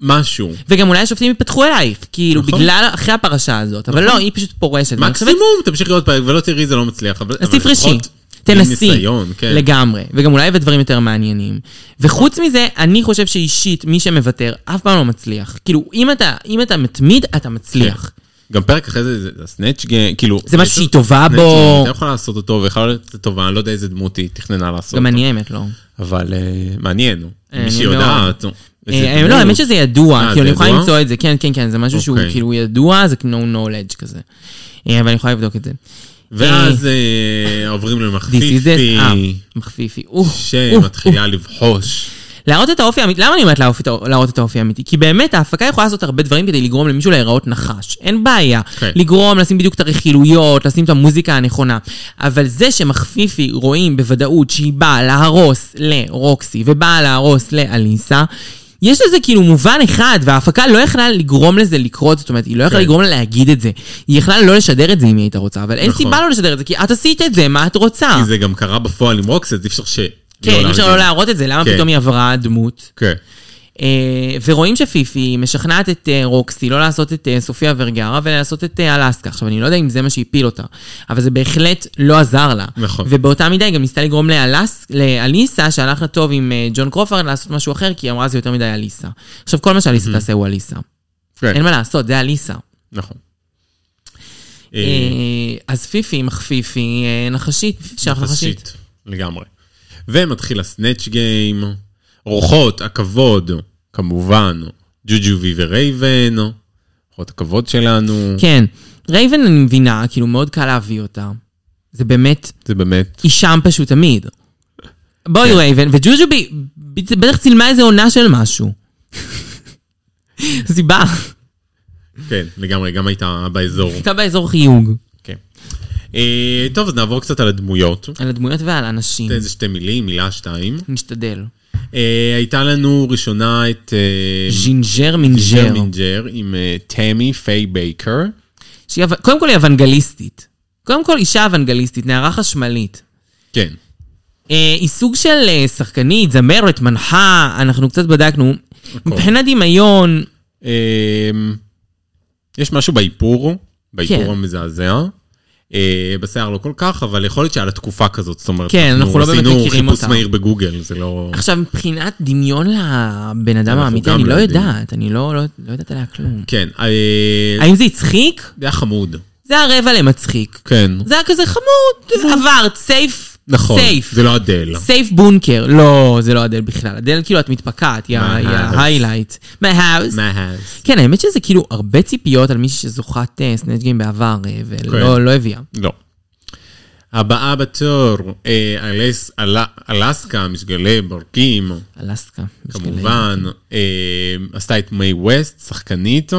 Speaker 3: משהו.
Speaker 2: וגם אולי השופטים יפתחו אלייך, כאילו,
Speaker 3: נכון.
Speaker 2: בגלל, אחרי הפרשה הזאת. אבל לא, היא פשוט פורשת. ואני חושבת-
Speaker 3: מקסימום, תמשיכי עוד פרק, ולא תראי זה לא מצליח. אבל-
Speaker 2: אז
Speaker 3: אבל
Speaker 2: תפרשי,
Speaker 3: לפחות
Speaker 2: תנסי,
Speaker 3: עם ניסיון, כן.
Speaker 2: לגמרי, וגם אולי בדברים יותר מעניינים. וחוץ מזה, אני חושב שאישית, מי שמוותר, אף פעם לא מצליח. כאילו, אם אתה, אם אתה מתמיד, אתה מצליח.
Speaker 3: גם פרק אחרי זה, זה הסנאצ' גיים, כאילו...
Speaker 2: זה משהו
Speaker 3: בעצם
Speaker 2: שהיא טובה
Speaker 3: Snatch
Speaker 2: בו.
Speaker 3: Game, הייתה יכולה לעשות אותו, ויכולה להיות טובה, אני לא יודע איזה דמות היא תכננה לעשות.
Speaker 2: גם
Speaker 3: אותו.
Speaker 2: אני האמת לא.
Speaker 3: אבל אה, מעניין,
Speaker 2: אה,
Speaker 3: מי
Speaker 2: אני
Speaker 3: שיודעת. נו, איזה
Speaker 2: אה,
Speaker 3: דמות.
Speaker 2: לא, האמת שזה ידוע,
Speaker 3: אה,
Speaker 2: כאילו,
Speaker 3: זה
Speaker 2: אני יכולה
Speaker 3: ידוע?
Speaker 2: למצוא את זה, כן, כן, כן, זה משהו שהוא
Speaker 3: אוקיי.
Speaker 2: כאילו ידוע, זה כאילו no knowledge כזה. אה, אבל אני יכולה לבדוק את זה.
Speaker 3: ואז אה, עוברים
Speaker 2: This is
Speaker 3: למחפיפי,
Speaker 2: it, אה, מחפיפי. אוף, אוף,
Speaker 3: שמתחילה לבחוש.
Speaker 2: להראות את האופי האמיתי, למה אני אומרת להראות את האופי- להראות את האופי האמיתי? כי באמת ההפקה יכולה לעשות הרבה דברים כדי לגרום למישהו להיראות נחש. אין בעיה.
Speaker 3: כן.
Speaker 2: לגרום, לשים בדיוק את הרכילויות, לשים את המוזיקה הנכונה. אבל זה שמחפיפי רואים בוודאות שהיא באה להרוס לרוקסי ובאה להרוס לאליסה, יש לזה כאילו מובן אחד, וההפקה לא יכלה לגרום לזה לקרות, זאת אומרת, היא לא יכלה
Speaker 3: כן.
Speaker 2: לגרום לה להגיד את זה. היא יכלה לא לשדר את זה אם היא הייתה רוצה, אבל אין
Speaker 3: נכון.
Speaker 2: סיבה לא לשדר את זה, כי את עשית את זה, מה את רוצה?
Speaker 3: כי זה גם קרה בפועל עם רוקסט, אי אפשר ש...
Speaker 2: אה. כן, אי אפשר לא
Speaker 3: להגיד.
Speaker 2: להראות את זה, למה
Speaker 3: כן.
Speaker 2: פתאום היא עברה דמות?
Speaker 3: כן.
Speaker 2: אה, ורואים שפיפי משכנעת את אה, רוקסי לא לעשות את אה, סופיה ורגרה ולעשות את אה, אלסקה. עכשיו, אני לא יודע אם זה מה שהפיל אותה, אבל זה בהחלט לא עזר לה.
Speaker 3: נכון.
Speaker 2: ובאותה מידה היא גם ניסתה לגרום לאלס, לאליסה, שהלך לה טוב עם אה, ג'ון קרופרד, לעשות משהו אחר, כי היא אמרה זה יותר מדי אליסה. עכשיו, כל מה שאליסה תעשה הוא אליסה.
Speaker 3: כן,
Speaker 2: אין מה לעשות, זה אליסה.
Speaker 3: נכון.
Speaker 2: אה, אז פיפי מחפיפי, אה, נחשית, שלך נחשית.
Speaker 3: חשית. לגמרי. ומתחיל הסנאצ' גיים, רוחות, הכבוד, כמובן, ג'וג'ובי ורייבן, רוחות הכבוד שלנו.
Speaker 2: כן. רייבן, אני מבינה, כאילו, מאוד קל להביא אותה. זה באמת...
Speaker 3: זה באמת...
Speaker 2: היא שם פשוט תמיד. בואי רייבן, וג'וג'ובי בטח צילמה איזה עונה של משהו. סיבה,
Speaker 3: כן, לגמרי, גם הייתה באזור.
Speaker 2: הייתה באזור חיוג.
Speaker 3: כן. אה, טוב, אז נעבור קצת על הדמויות.
Speaker 2: על הדמויות ועל האנשים.
Speaker 3: איזה שתי מילים, מילה שתיים.
Speaker 2: נשתדל.
Speaker 3: אה, הייתה לנו ראשונה את... אה,
Speaker 2: ז'ינג'ר
Speaker 3: ג'ר
Speaker 2: מינג'ר.
Speaker 3: מינג'ר עם אה, תמי פיי בייקר.
Speaker 2: שהיא אב- קודם כל היא אוונגליסטית. קודם כל אישה אוונגליסטית, נערה חשמלית.
Speaker 3: כן.
Speaker 2: אה, היא סוג של אה, שחקנית, זמרת, מנחה, אנחנו קצת בדקנו.
Speaker 3: נכון.
Speaker 2: מבחינת דמיון,
Speaker 3: אמ, יש משהו באיפור, באיפור
Speaker 2: כן.
Speaker 3: המזעזע. אה, בשיער לא כל כך, אבל יכול להיות שהיה לה תקופה כזאת, זאת אומרת,
Speaker 2: כן, אנחנו לא באמת
Speaker 3: עשינו
Speaker 2: מכירים
Speaker 3: חיפוש
Speaker 2: אותה.
Speaker 3: מהיר בגוגל, זה לא...
Speaker 2: עכשיו מבחינת דמיון לבן אדם
Speaker 3: אנחנו
Speaker 2: האמיתי,
Speaker 3: גם
Speaker 2: אני
Speaker 3: לא
Speaker 2: לא
Speaker 3: יודעים.
Speaker 2: יודעת, אני לא לא- לא יודעת עליה כלום.
Speaker 3: כן, אה,
Speaker 2: האם זה הצחיק?
Speaker 3: זה היה חמוד.
Speaker 2: זה הרבע למצחיק.
Speaker 3: כן,
Speaker 2: זה היה כזה חמוד, עברת, סייף.
Speaker 3: נכון,
Speaker 2: סייף.
Speaker 3: זה לא אדל.
Speaker 2: סייף בונקר. לא, זה לא הדל בכלל. הדל כאילו את מתפקעת, יא
Speaker 3: מההאוס.
Speaker 2: היילייט. מההאוס.
Speaker 3: מהאז.
Speaker 2: כן, האמת שזה כאילו הרבה ציפיות על מישהי שזוכת אה, סנאצ' גיים בעבר, אה, ולא
Speaker 3: כן.
Speaker 2: לא הביאה.
Speaker 3: לא. הבאה בתור, אה, אלס- אל- אלסקה, משגלי בורקים,
Speaker 2: אלסקה.
Speaker 3: כמובן, אה, עשתה את מיי ווסט, שחקנית.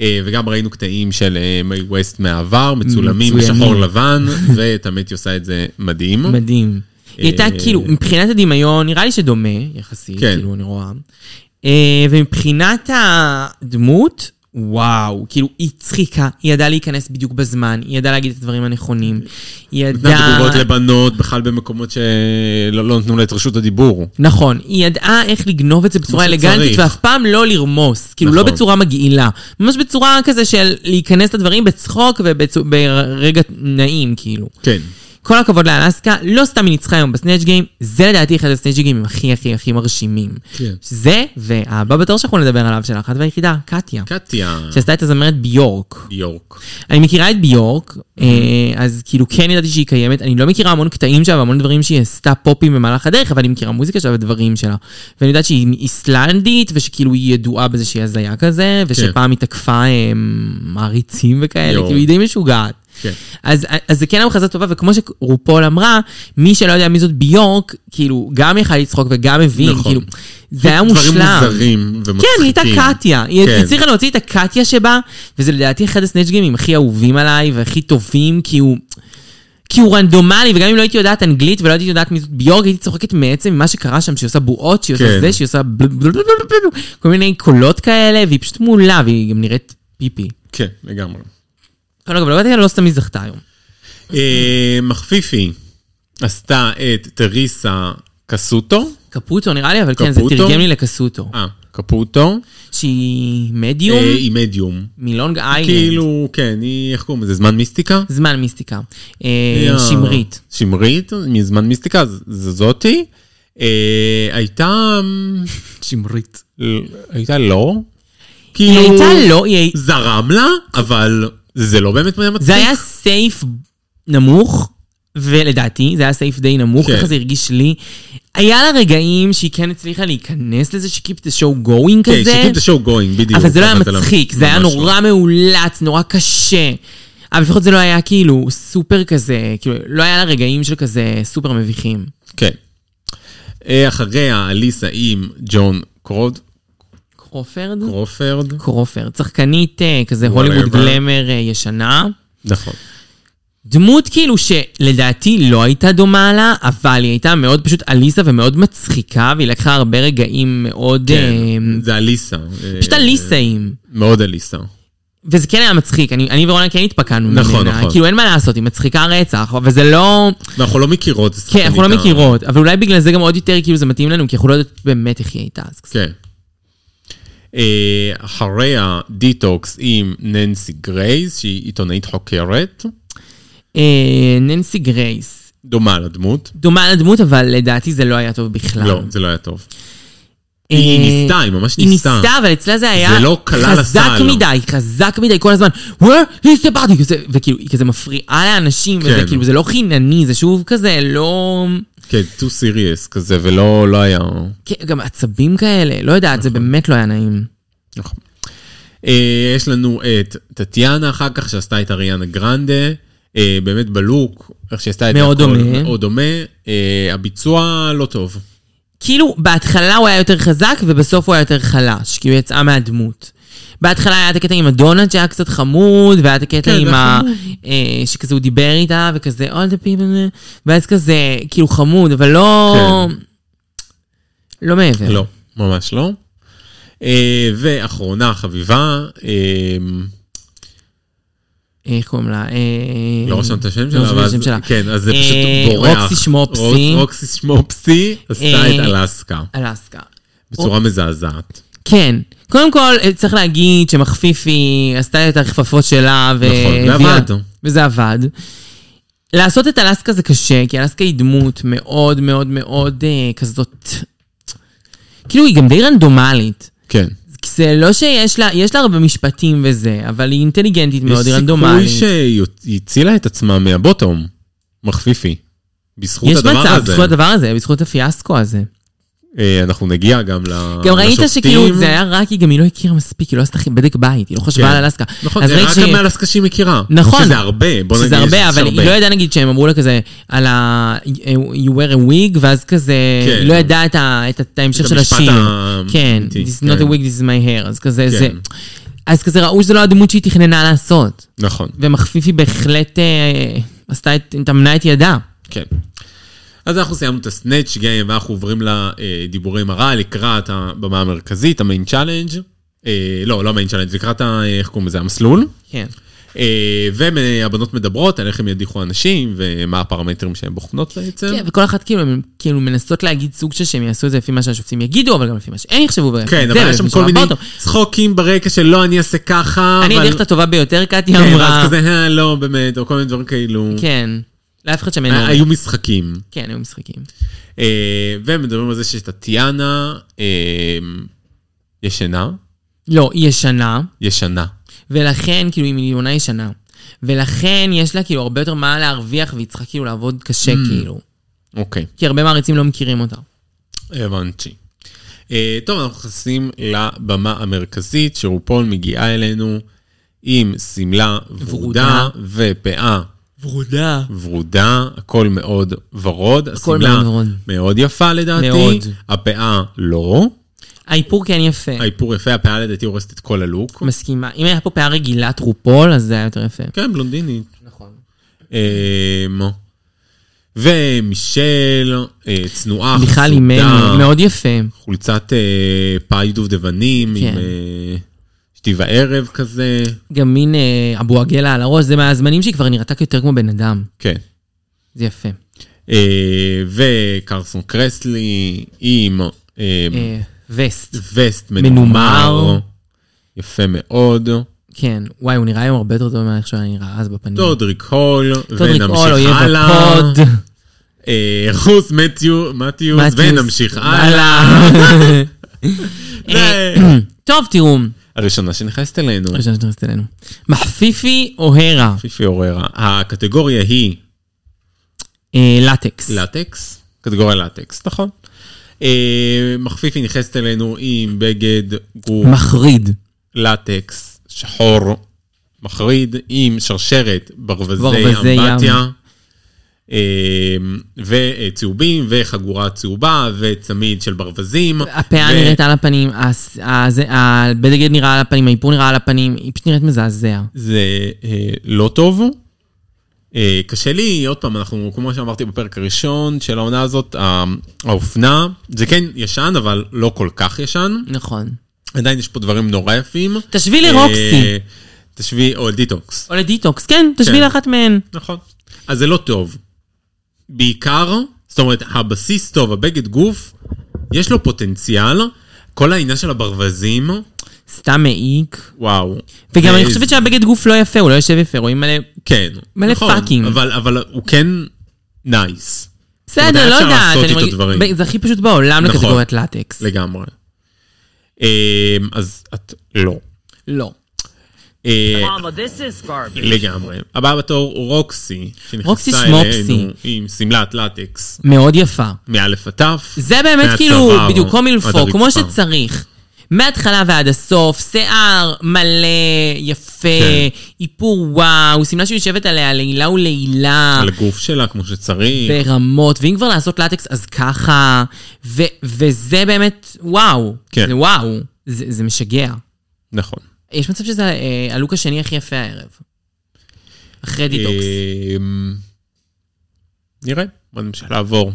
Speaker 3: אה, וגם ראינו קטעים של אה, מיי ווסט מהעבר, מצולמים
Speaker 2: מצוינים.
Speaker 3: בשחור לבן, ותמיד היא עושה את זה מדהים.
Speaker 2: מדהים. אה? היא הייתה
Speaker 3: אה,
Speaker 2: כאילו, מבחינת הדמיון, נראה לי שדומה, יחסית,
Speaker 3: כן.
Speaker 2: כאילו, אני רואה. אה, ומבחינת הדמות, וואו, כאילו, היא צחיקה, היא ידעה להיכנס בדיוק בזמן, היא ידעה להגיד את הדברים הנכונים, היא
Speaker 3: נתנה תגובות
Speaker 2: ידעה...
Speaker 3: לבנות, בכלל במקומות שלא לא נתנו לה את רשות הדיבור.
Speaker 2: נכון, היא ידעה איך לגנוב את זה בצורה
Speaker 3: שצריך.
Speaker 2: אלגנטית, ואף פעם לא לרמוס, כאילו לא
Speaker 3: נכון.
Speaker 2: בצורה מגעילה, ממש בצורה כזה של להיכנס לדברים בצחוק וברגע נעים, כאילו.
Speaker 3: כן.
Speaker 2: כל הכבוד לאלסקה, לא סתם היא ניצחה היום בסנאצ' גיים, זה לדעתי אחד הסנאצ' גיימים הכי הכי הכי מרשימים.
Speaker 3: כן.
Speaker 2: זה, והבא בתור שאנחנו נדבר עליו, של האחת והיחידה, קטיה,
Speaker 3: כן. קטיה
Speaker 2: שעשתה את הזמרת ביורק.
Speaker 3: יורק.
Speaker 2: אני מכירה את ביורק, אה, אז כאילו כן ידעתי שהיא קיימת, אני לא מכירה המון קטעים שלה והמון דברים שהיא עשתה פופים במהלך הדרך, אבל אני מכירה מוזיקה שלה ודברים שלה. ואני יודעת שהיא איסלנדית, ושכאילו היא ידועה בזה שהיא הזיה כזה, ושפעם היא תקפה אה, מעריצים וכאלה,
Speaker 3: כן. יואו.
Speaker 2: כאילו היא די משוגעת.
Speaker 3: כן.
Speaker 2: אז, אז זה כן המחזה טובה, וכמו שרופול אמרה, מי שלא יודע מי זאת ביורק, כאילו, גם יכל לצחוק וגם הבין,
Speaker 3: נכון.
Speaker 2: כאילו, זה היה מושלם.
Speaker 3: דברים מוזרים ומצחיקים.
Speaker 2: כן, היא הייתה קטיה. היא
Speaker 3: כן.
Speaker 2: היא הצליחה להוציא את הקטיה שבה, וזה לדעתי אחד הסנאצ' גיימים הכי אהובים עליי והכי טובים, כי הוא... כי הוא רנדומלי, וגם אם לא הייתי יודעת אנגלית ולא הייתי יודעת מי זאת ביורק, הייתי צוחקת מעצם ממה שקרה שם, שהיא עושה בועות, שהיא עושה
Speaker 3: כן.
Speaker 2: זה, שהיא עושה בל- בל- בל- בל- בל- בל- כל מיני קולות כאלה, והיא פשוט מעולה, והיא גם נראית פיפי.
Speaker 3: כן, לגמרי.
Speaker 2: כל הכבוד, אבל לא סתם היא זכתה היום.
Speaker 3: אה, מחפיפי עשתה את טריסה קסוטו.
Speaker 2: קפוטו נראה לי, אבל כן, זה
Speaker 3: קפוטו?
Speaker 2: תרגם לי לקסוטו.
Speaker 3: אה, קפוטו.
Speaker 2: שהיא מדיום
Speaker 3: אה, היא מדיום.
Speaker 2: מלונג איילנד.
Speaker 3: כאילו, כן, היא, איך קוראים לזה? זמן מיסטיקה?
Speaker 2: זמן מיסטיקה. אה,
Speaker 3: היא ה-
Speaker 2: שמרית.
Speaker 3: שמרית, מזמן מיסטיקה, ז- ז- זאתי. אה, הייתה... אמ,
Speaker 2: שמרית.
Speaker 3: ל- הייתה לא?
Speaker 2: היא
Speaker 3: כאילו...
Speaker 2: הייתה לא, היא...
Speaker 3: זרם לה, אבל זה לא באמת מצחיק.
Speaker 2: זה היה סייף נמוך, ולדעתי זה היה סייף די נמוך,
Speaker 3: כן.
Speaker 2: ככה זה הרגיש לי. היה לה רגעים שהיא כן הצליחה להיכנס לזה, ש-keep the show going
Speaker 3: כן,
Speaker 2: כזה,
Speaker 3: שקיפ את השואו גוינג, בדיוק.
Speaker 2: אבל זה לא היה מצחיק, זה היה
Speaker 3: ממש לא.
Speaker 2: נורא מאולץ, נורא קשה. אבל לפחות זה לא היה כאילו סופר כזה, כאילו לא היה לה רגעים של כזה סופר מביכים.
Speaker 3: כן. אה, אחריה, אליסה עם ג'ון קרוד,
Speaker 2: קרופרד?
Speaker 3: קרופרד.
Speaker 2: קרופרד, שחקנית אה, כזה הוליווד גלמר אה, ישנה.
Speaker 3: נכון.
Speaker 2: דמות כאילו שלדעתי לא הייתה דומה לה, אבל היא הייתה מאוד פשוט עליסה ומאוד מצחיקה, והיא לקחה הרבה רגעים מאוד...
Speaker 3: כן,
Speaker 2: אה,
Speaker 3: זה אליסה. אה,
Speaker 2: פשוט עליסאים.
Speaker 3: מאוד אליסה.
Speaker 2: וזה כן היה מצחיק, אני, אני ורונה כן התפקענו ממנה.
Speaker 3: נכון, נכון.
Speaker 2: כאילו אין מה לעשות, היא מצחיקה רצח, אבל זה לא...
Speaker 3: ואנחנו לא מכירות. זה
Speaker 2: כן, אנחנו לא
Speaker 3: שחקנית ה-
Speaker 2: מכירות, אבל אולי בגלל זה גם עוד יותר כאילו זה מתאים לנו, כי אנחנו לא יודעות באמת איך היא הייתה אז.
Speaker 3: כן. אה, אחריה, דיטוקס עם ננסי גרייס, שהיא עיתונאית חוקרת.
Speaker 2: אה, ננסי גרייס,
Speaker 3: דומה לדמות.
Speaker 2: דומה לדמות, אבל לדעתי זה לא היה טוב בכלל.
Speaker 3: לא, זה לא היה טוב.
Speaker 2: אה,
Speaker 3: היא ניסתה, היא ממש
Speaker 2: היא
Speaker 3: ניסתה.
Speaker 2: ניסתה, אבל אצלה זה היה
Speaker 3: זה לא כלל
Speaker 2: חזק
Speaker 3: הסל.
Speaker 2: מדי, חזק מדי כל הזמן. Where is the body? כזה, וכאילו, היא כזה מפריעה לאנשים, וזה
Speaker 3: כן.
Speaker 2: כאילו, זה לא חינני, זה שוב כזה, לא...
Speaker 3: כן, too serious כזה, ולא לא היה...
Speaker 2: כן, גם עצבים כאלה, לא יודעת, זה באמת לא היה נעים.
Speaker 3: נכון. אה, יש לנו את טטיאנה אחר כך, שעשתה את אריאנה גרנדה. אה, באמת בלוק, איך שהיא עשתה את
Speaker 2: מאוד
Speaker 3: הכל,
Speaker 2: דומה.
Speaker 3: מאוד דומה. אה, הביצוע לא טוב.
Speaker 2: כאילו, בהתחלה הוא היה יותר חזק, ובסוף הוא היה יותר חלש, כי הוא יצאה מהדמות. בהתחלה היה את הקטע עם הדונלד שהיה קצת חמוד, והיה את הקטע
Speaker 3: כן,
Speaker 2: עם
Speaker 3: זה
Speaker 2: ה...
Speaker 3: חמוד.
Speaker 2: אה, שכזה הוא דיבר איתה, וכזה, all the people, ואז כזה, כאילו חמוד, אבל לא... לא מעבר.
Speaker 3: כן. לא, ממש לא. אה, ואחרונה חביבה, אה,
Speaker 2: איך קוראים לה? אה,
Speaker 3: לא רשמת את השם
Speaker 2: לא
Speaker 3: שלה,
Speaker 2: רשמת
Speaker 3: אבל
Speaker 2: את השם שלה.
Speaker 3: כן, אז זה
Speaker 2: אה,
Speaker 3: פשוט בורח.
Speaker 2: רוקסי שמופסי.
Speaker 3: רוס- רוקסי שמופסי עשתה
Speaker 2: אה,
Speaker 3: את אלסקה
Speaker 2: אלסקה.
Speaker 3: בצורה מזעזעת.
Speaker 2: כן. קודם כל, אה, צריך להגיד שמחפיפי עשתה את הכפפות שלה, ו...
Speaker 3: נכון, זה
Speaker 2: הביאה-
Speaker 3: עבד.
Speaker 2: וזה עבד. לעשות את אלסקה זה קשה, כי אלסקה היא דמות מאוד מאוד מאוד אה, כזאת... כאילו, היא גם די רנדומלית.
Speaker 3: כן.
Speaker 2: זה לא שיש לה, יש לה הרבה משפטים וזה, אבל היא אינטליגנטית מאוד, היא רנדומלית.
Speaker 3: יש סיכוי שהיא הצילה את עצמה מהבוטום, מחפיפי. בזכות
Speaker 2: יש
Speaker 3: הדבר
Speaker 2: מצב,
Speaker 3: הזה.
Speaker 2: בזכות הדבר הזה, בזכות הפיאסקו הזה.
Speaker 3: אה, אנחנו נגיע גם ל-
Speaker 2: גם ראית
Speaker 3: לשופטים.
Speaker 2: שכאילו זה היה רק, היא גם היא לא הכירה מספיק, היא לא עשתה בדק בית, היא לא חשבה
Speaker 3: כן.
Speaker 2: על אלסקה.
Speaker 3: נכון,
Speaker 2: אז
Speaker 3: זה
Speaker 2: ראית
Speaker 3: רק
Speaker 2: ש-
Speaker 3: גם מאלסקה שהיא מכירה.
Speaker 2: נכון.
Speaker 3: שזה הרבה, בוא נגיד
Speaker 2: שזה הרבה,
Speaker 3: שיש
Speaker 2: אבל היא לא ידעה נגיד שהם אמרו לה כזה על ה... you wear a wig, ואז כזה,
Speaker 3: כן.
Speaker 2: היא לא ידעה את ה- את ה- את ההמשך
Speaker 3: את
Speaker 2: של
Speaker 3: המשפט
Speaker 2: השיר.
Speaker 3: האמיתי,
Speaker 2: כן, this is not
Speaker 3: כן.
Speaker 2: a wig, this is my hair, אז כזה זה.
Speaker 3: כן.
Speaker 2: אז כזה ראו שזו לא הדמות שהיא תכננה לעשות.
Speaker 3: נכון.
Speaker 2: ומחפיפי בהחלט אה, עשתה את, טמנה את ידה.
Speaker 3: כן. אז אנחנו סיימנו את הסנאצ' גיים, ואנחנו עוברים לדיבורי מראה לקראת הבמה המרכזית, המיין צ'אלנג'. אה, לא, לא המיין צ'אלנג', לקראת, ה- איך קוראים לזה, המסלול.
Speaker 2: כן.
Speaker 3: אה, והבנות מדברות על איך הן ידיחו אנשים, ומה הפרמטרים שהן בוחנות בעצם.
Speaker 2: כן, וכל אחת כאילו, הן כאילו מנסות להגיד סוג של שהם יעשו את זה לפי מה שהשופטים יגידו, אבל גם לפי מה שהם יחשבו. ולפי
Speaker 3: כן,
Speaker 2: זה, לא
Speaker 3: אבל היה
Speaker 2: ולפי
Speaker 3: שם
Speaker 2: מה
Speaker 3: כל מיני
Speaker 2: שאמרת.
Speaker 3: צחוקים ברקע של לא, אני אעשה ככה,
Speaker 2: אני
Speaker 3: אבל-
Speaker 2: הדרך הטובה ביותר, קטי
Speaker 3: כן,
Speaker 2: אמרה.
Speaker 3: ואז כזה, "אה, לא, באמת, או כל מיני דברים כאילו.
Speaker 2: כן. אוקיי. לאף אחד שם אין...
Speaker 3: ה-
Speaker 2: אורי.
Speaker 3: היו משחקים.
Speaker 2: כן, היו משחקים.
Speaker 3: אה, ומדברים על זה שטטיאנה אה, ישנה,
Speaker 2: לא, היא ישנה,
Speaker 3: ישנה.
Speaker 2: ולכן, כאילו, היא מיליונה ישנה. ולכן יש לה כאילו הרבה יותר מה להרוויח, והיא צריכה כאילו לעבוד קשה, כאילו.
Speaker 3: אוקיי,
Speaker 2: כי הרבה מעריצים לא מכירים אותה.
Speaker 3: הבנתי. אה, טוב, אנחנו נכנסים לבמה המרכזית, שרופול מגיעה אלינו עם שמלה
Speaker 2: ורודה.
Speaker 3: ורודה ופאה
Speaker 2: ורודה.
Speaker 3: ורודה, הכל מאוד ורוד.
Speaker 2: הכל
Speaker 3: השמלה
Speaker 2: מאוד ורוד.
Speaker 3: מאוד יפה לדעתי.
Speaker 2: מאוד.
Speaker 3: הפאה לא.
Speaker 2: האיפור כן יפה.
Speaker 3: האיפור יפה, הפאה לדעתי הורסת את כל הלוק.
Speaker 2: מסכימה. אם היה פה פאה רגילה טרופול, אז זה היה יותר יפה.
Speaker 3: כן, בלונדינית.
Speaker 2: נכון.
Speaker 3: אמ, ומישל, אה, צנועה,
Speaker 2: מיכל אימנו, מאוד יפה.
Speaker 3: חולצת אה, פאי דובדבנים,
Speaker 2: כן.
Speaker 3: עם אה, שתי וערב כזה.
Speaker 2: גם מין אה, אבו עגלה על הראש, זה מהזמנים שהיא כבר נראתה יותר כמו בן אדם.
Speaker 3: כן.
Speaker 2: זה יפה.
Speaker 3: אה, וקרסון קרסלי עם אה,
Speaker 2: אה, וסט,
Speaker 3: וסט
Speaker 2: מנומר.
Speaker 3: מנומר. יפה מאוד.
Speaker 2: כן. וואי, הוא נראה היום הרבה יותר טוב מאיך שהוא היה נראה אז בפנים.
Speaker 3: דודריק הול,
Speaker 2: טודריק אול,
Speaker 3: ונמשיך
Speaker 2: אויב
Speaker 3: הלאה.
Speaker 2: הפוד.
Speaker 3: אה, חוס מתיו- מתיוס,
Speaker 2: מתיוס.
Speaker 3: ונמשיך הלאה.
Speaker 2: אה,
Speaker 3: ו-
Speaker 2: טוב, תראו.
Speaker 3: הראשונה שנכנסת אלינו,
Speaker 2: ראשון שנכנסת אלינו. מחפיפי או הרה?
Speaker 3: פיפי אוררה. הקטגוריה היא
Speaker 2: אה, לטקס.
Speaker 3: לטקס, קטגוריה לטקס, נכון. אה, מחפיפי נכנסת אלינו עם בגד גור
Speaker 2: מחריד.
Speaker 3: לטקס שחור מחריד עם שרשרת ברווזי
Speaker 2: ברווזי ים.
Speaker 3: אמבטיה. אה, וצהובים וחגורה צהובה וצמיד של ברווזים.
Speaker 2: הפאה
Speaker 3: ו-
Speaker 2: נראית על הפנים, הס- הזה- הבגד נראה על הפנים, האיפור נראה על הפנים, היא פשוט נראית מזעזע.
Speaker 3: זה אה, לא טוב. אה, קשה לי, עוד פעם, אנחנו, כמו שאמרתי בפרק הראשון של העונה הזאת, ה- האופנה, זה כן ישן, אבל לא כל כך ישן.
Speaker 2: נכון.
Speaker 3: עדיין יש פה דברים נורא יפים.
Speaker 2: תשווי לרוקסי.
Speaker 3: אה, תשווי, או דיטוקס.
Speaker 2: או לדיטוקס, כן, תשבי
Speaker 3: כן.
Speaker 2: לאחת מהן.
Speaker 3: נכון. אז זה לא טוב. בעיקר, זאת אומרת, הבסיס טוב, הבגד גוף, יש לו פוטנציאל. כל העניין של הברווזים,
Speaker 2: סתם מעיק.
Speaker 3: וואו.
Speaker 2: וגם אני
Speaker 3: אה,
Speaker 2: חושבת שהבגד גוף לא יפה, הוא לא יושב יפה, רואים מלא...
Speaker 3: כן.
Speaker 2: מלא
Speaker 3: נכון,
Speaker 2: פאקים.
Speaker 3: אבל, אבל הוא כן נייס,
Speaker 2: בסדר, לא
Speaker 3: אפשר
Speaker 2: יודעת.
Speaker 3: לעשות
Speaker 2: אני
Speaker 3: איתו
Speaker 2: מרגיש-
Speaker 3: דברים.
Speaker 2: ב- זה הכי פשוט בעולם
Speaker 3: נכון.
Speaker 2: לקטגוריית לטקס.
Speaker 3: לגמרי. אה, אז את לא.
Speaker 2: לא.
Speaker 3: אה,
Speaker 5: Mama, this is garbage.
Speaker 3: לגמרי. הבאה בתור הוא רוקסי,
Speaker 2: רוקסי
Speaker 3: שנכנסה
Speaker 2: שמוקסי.
Speaker 3: אלינו עם שמלת לטקס,
Speaker 2: מאוד יפה.
Speaker 3: מאלף עד תף.
Speaker 2: זה באמת
Speaker 3: מהצוואר
Speaker 2: כאילו, בדיוק, כמו
Speaker 3: עד
Speaker 2: מילפו, כמו
Speaker 3: הרצפה.
Speaker 2: שצריך. מההתחלה ועד הסוף, שיער מלא, יפה,
Speaker 3: כן.
Speaker 2: איפור וואו, שמלה שיושבת עליה לעילה ולעילה,
Speaker 3: על הגוף שלה כמו שצריך.
Speaker 2: ברמות, ואם כבר לעשות לטקס, אז ככה, ו- וזה באמת, וואו.
Speaker 3: כן.
Speaker 2: זה וואו, זה זה משגע.
Speaker 3: נכון.
Speaker 2: יש מצב שזה אה, הלוק השני הכי יפה הערב. אחרי
Speaker 3: אה,
Speaker 2: דיטוקס.
Speaker 3: אמ, נראה, בוא נמשיך לעבור.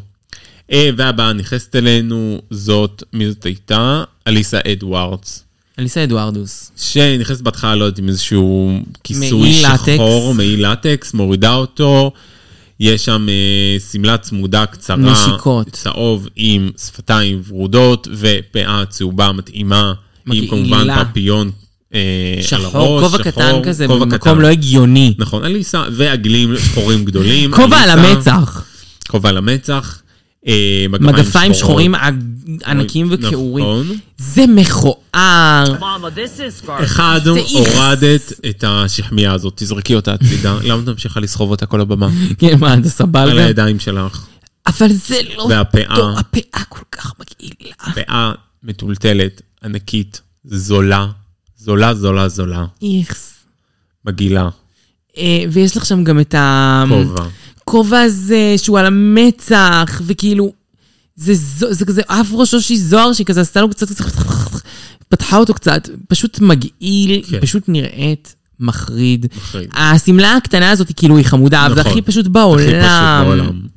Speaker 3: אה, והבאה נכנסת אלינו זאת, מי זאת הייתה? אליסה אדוארדס.
Speaker 2: אליסה אדוארדוס.
Speaker 3: שנכנסת בהתחלה, לא יודעת, עם איזשהו כיסוי
Speaker 2: מעי לטקס.
Speaker 3: שחור, מעי לטקס, מורידה אותו. יש שם אה, שמלה צמודה קצרה,
Speaker 2: נשיקות.
Speaker 3: צהוב עם שפתיים ורודות ופאה צהובה מתאימה, עם
Speaker 2: מגעילה.
Speaker 3: כמובן פפיון אה, על
Speaker 2: שחור,
Speaker 3: הראש,
Speaker 2: כובע קטן כזה,
Speaker 3: כובע
Speaker 2: במקום
Speaker 3: קטן.
Speaker 2: לא הגיוני.
Speaker 3: נכון, אליסה, ועגלים שחורים גדולים.
Speaker 2: כובע על
Speaker 3: אליסה, נכון,
Speaker 2: המצח.
Speaker 3: כובע על המצח. אה,
Speaker 2: מגפיים שחורים
Speaker 3: שחורות.
Speaker 2: עג- ענקים
Speaker 3: נכון.
Speaker 2: וכעורים. זה מכוער.
Speaker 5: Mama, this is garbage.
Speaker 3: אחד,
Speaker 2: זה איכס.
Speaker 3: הורדת את השכמיה הזאת, תזרקי אותה הצידה. למה את ממשיכה לסחוב אותה כל הבמה?
Speaker 2: כן, מה, אתה
Speaker 3: על
Speaker 2: סבבה?
Speaker 3: הידיים שלך.
Speaker 2: אבל זה לא...
Speaker 3: והפאה.
Speaker 2: טוב, הפאה כל כך מגעילה.
Speaker 3: פאה מטולטלת, ענקית, זולה, זולה, זולה, זולה,
Speaker 2: איכס.
Speaker 3: מגעילה,
Speaker 2: אה, ויש לך שם גם את ה...
Speaker 3: כובע.
Speaker 2: הכובע הזה שהוא על המצח, וכאילו, זה, זו- זה כזה אף ראש אושי זוהר, שהיא כזה עשתה לו קצת, פתחה אותו קצת, פשוט מגעיל,
Speaker 3: כן.
Speaker 2: כן. פשוט נראית מחריד.
Speaker 3: מחריד.
Speaker 2: השמלה הקטנה הזאת, היא כאילו, היא חמודה, אבל זה
Speaker 3: נכון.
Speaker 2: הכי פשוט
Speaker 3: הכי
Speaker 2: בעולם.
Speaker 3: פשוט בעולם.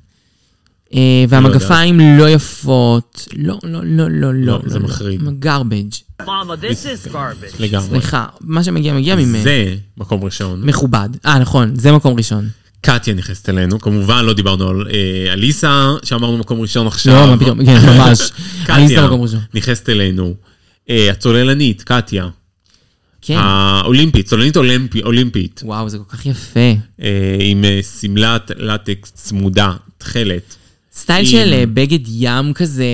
Speaker 2: אה, והמגפיים לא יפות. לא, לא, לא, לא, לא.
Speaker 3: זה מחריד.
Speaker 2: גרבג'.
Speaker 5: Mama, this is garbage.
Speaker 3: לגמרי.
Speaker 2: סליחה, מה שמגיע מגיע ממנו.
Speaker 3: זה מקום ראשון.
Speaker 2: מכובד. אה, נכון, זה מקום ראשון.
Speaker 3: קטיה נכנסת אלינו, כמובן לא דיברנו על אה, אליסה, שאמרנו מקום ראשון עכשיו.
Speaker 2: לא, מה פתאום, כן, ממש. אליסה
Speaker 3: קטיה
Speaker 2: מקום ראשון.
Speaker 3: נכנסת אלינו. אה, הצוללנית, קטיה.
Speaker 2: כן.
Speaker 3: אה. האולימפית, צוללנית אולימפ- אולימפית.
Speaker 2: וואו, זה כל כך יפה.
Speaker 3: אה, עם אה, שמלת לטקס צמודה, תכלת.
Speaker 2: סטייל
Speaker 3: עם-
Speaker 2: של אה, בגד ים כזה אה,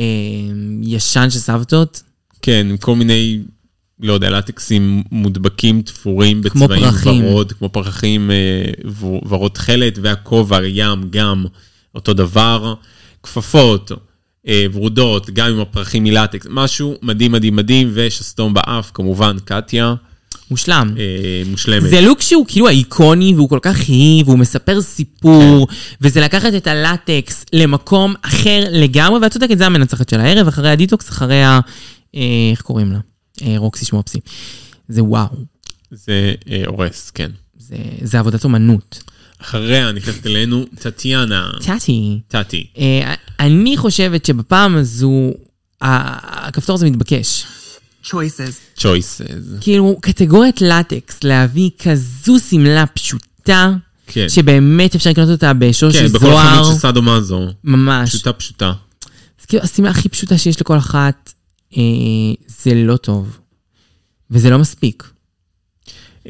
Speaker 2: אה, ישן של סבתות,
Speaker 3: כן, עם כל מיני, לא יודע, לטקסים מודבקים, תפורים
Speaker 2: כמו
Speaker 3: בצבעים
Speaker 2: פרחים.
Speaker 3: ורוד, כמו פרחים אה, ו- ורוד תכלת, והכובע, ים, גם אותו דבר. כפפות, אה, ורודות, גם עם הפרחים מלטקס, משהו מדהים מדהים מדהים, ושסתום באף, כמובן, קטיה,
Speaker 2: מושלם.
Speaker 3: אה, מושלמת.
Speaker 2: זה לוק שהוא כאילו האיקוני, והוא כל כך היא, והוא מספר סיפור,
Speaker 3: כן.
Speaker 2: וזה לקחת את הלטקס למקום אחר לגמרי, ואת צודקת, זה המנצחת של הערב, אחרי הדיטוקס, אחרי ה... אה, איך קוראים לה? אה, רוקסי שמופסי. זה וואו,
Speaker 3: זה אה, הורס, כן.
Speaker 2: זה, זה עבודת אומנות.
Speaker 3: אחריה נכנסת אלינו טטיאנה,
Speaker 2: טאטי.
Speaker 3: טטי.
Speaker 2: אה, אני חושבת שבפעם הזו, ה- הכפתור הזה מתבקש.
Speaker 1: Choices.
Speaker 3: צ'ויסס.
Speaker 2: כאילו, קטגוריית לטקס, להביא כזו שמלה פשוטה,
Speaker 3: כן.
Speaker 2: שבאמת אפשר לקנות אותה בשורש
Speaker 3: כן, בכל
Speaker 2: זוהר,
Speaker 3: החנות של סאדו מאזו.
Speaker 2: ממש.
Speaker 3: פשוטה פשוטה.
Speaker 2: אז כאילו, השמלה הכי פשוטה שיש לכל אחת, אה, זה לא טוב. וזה לא מספיק.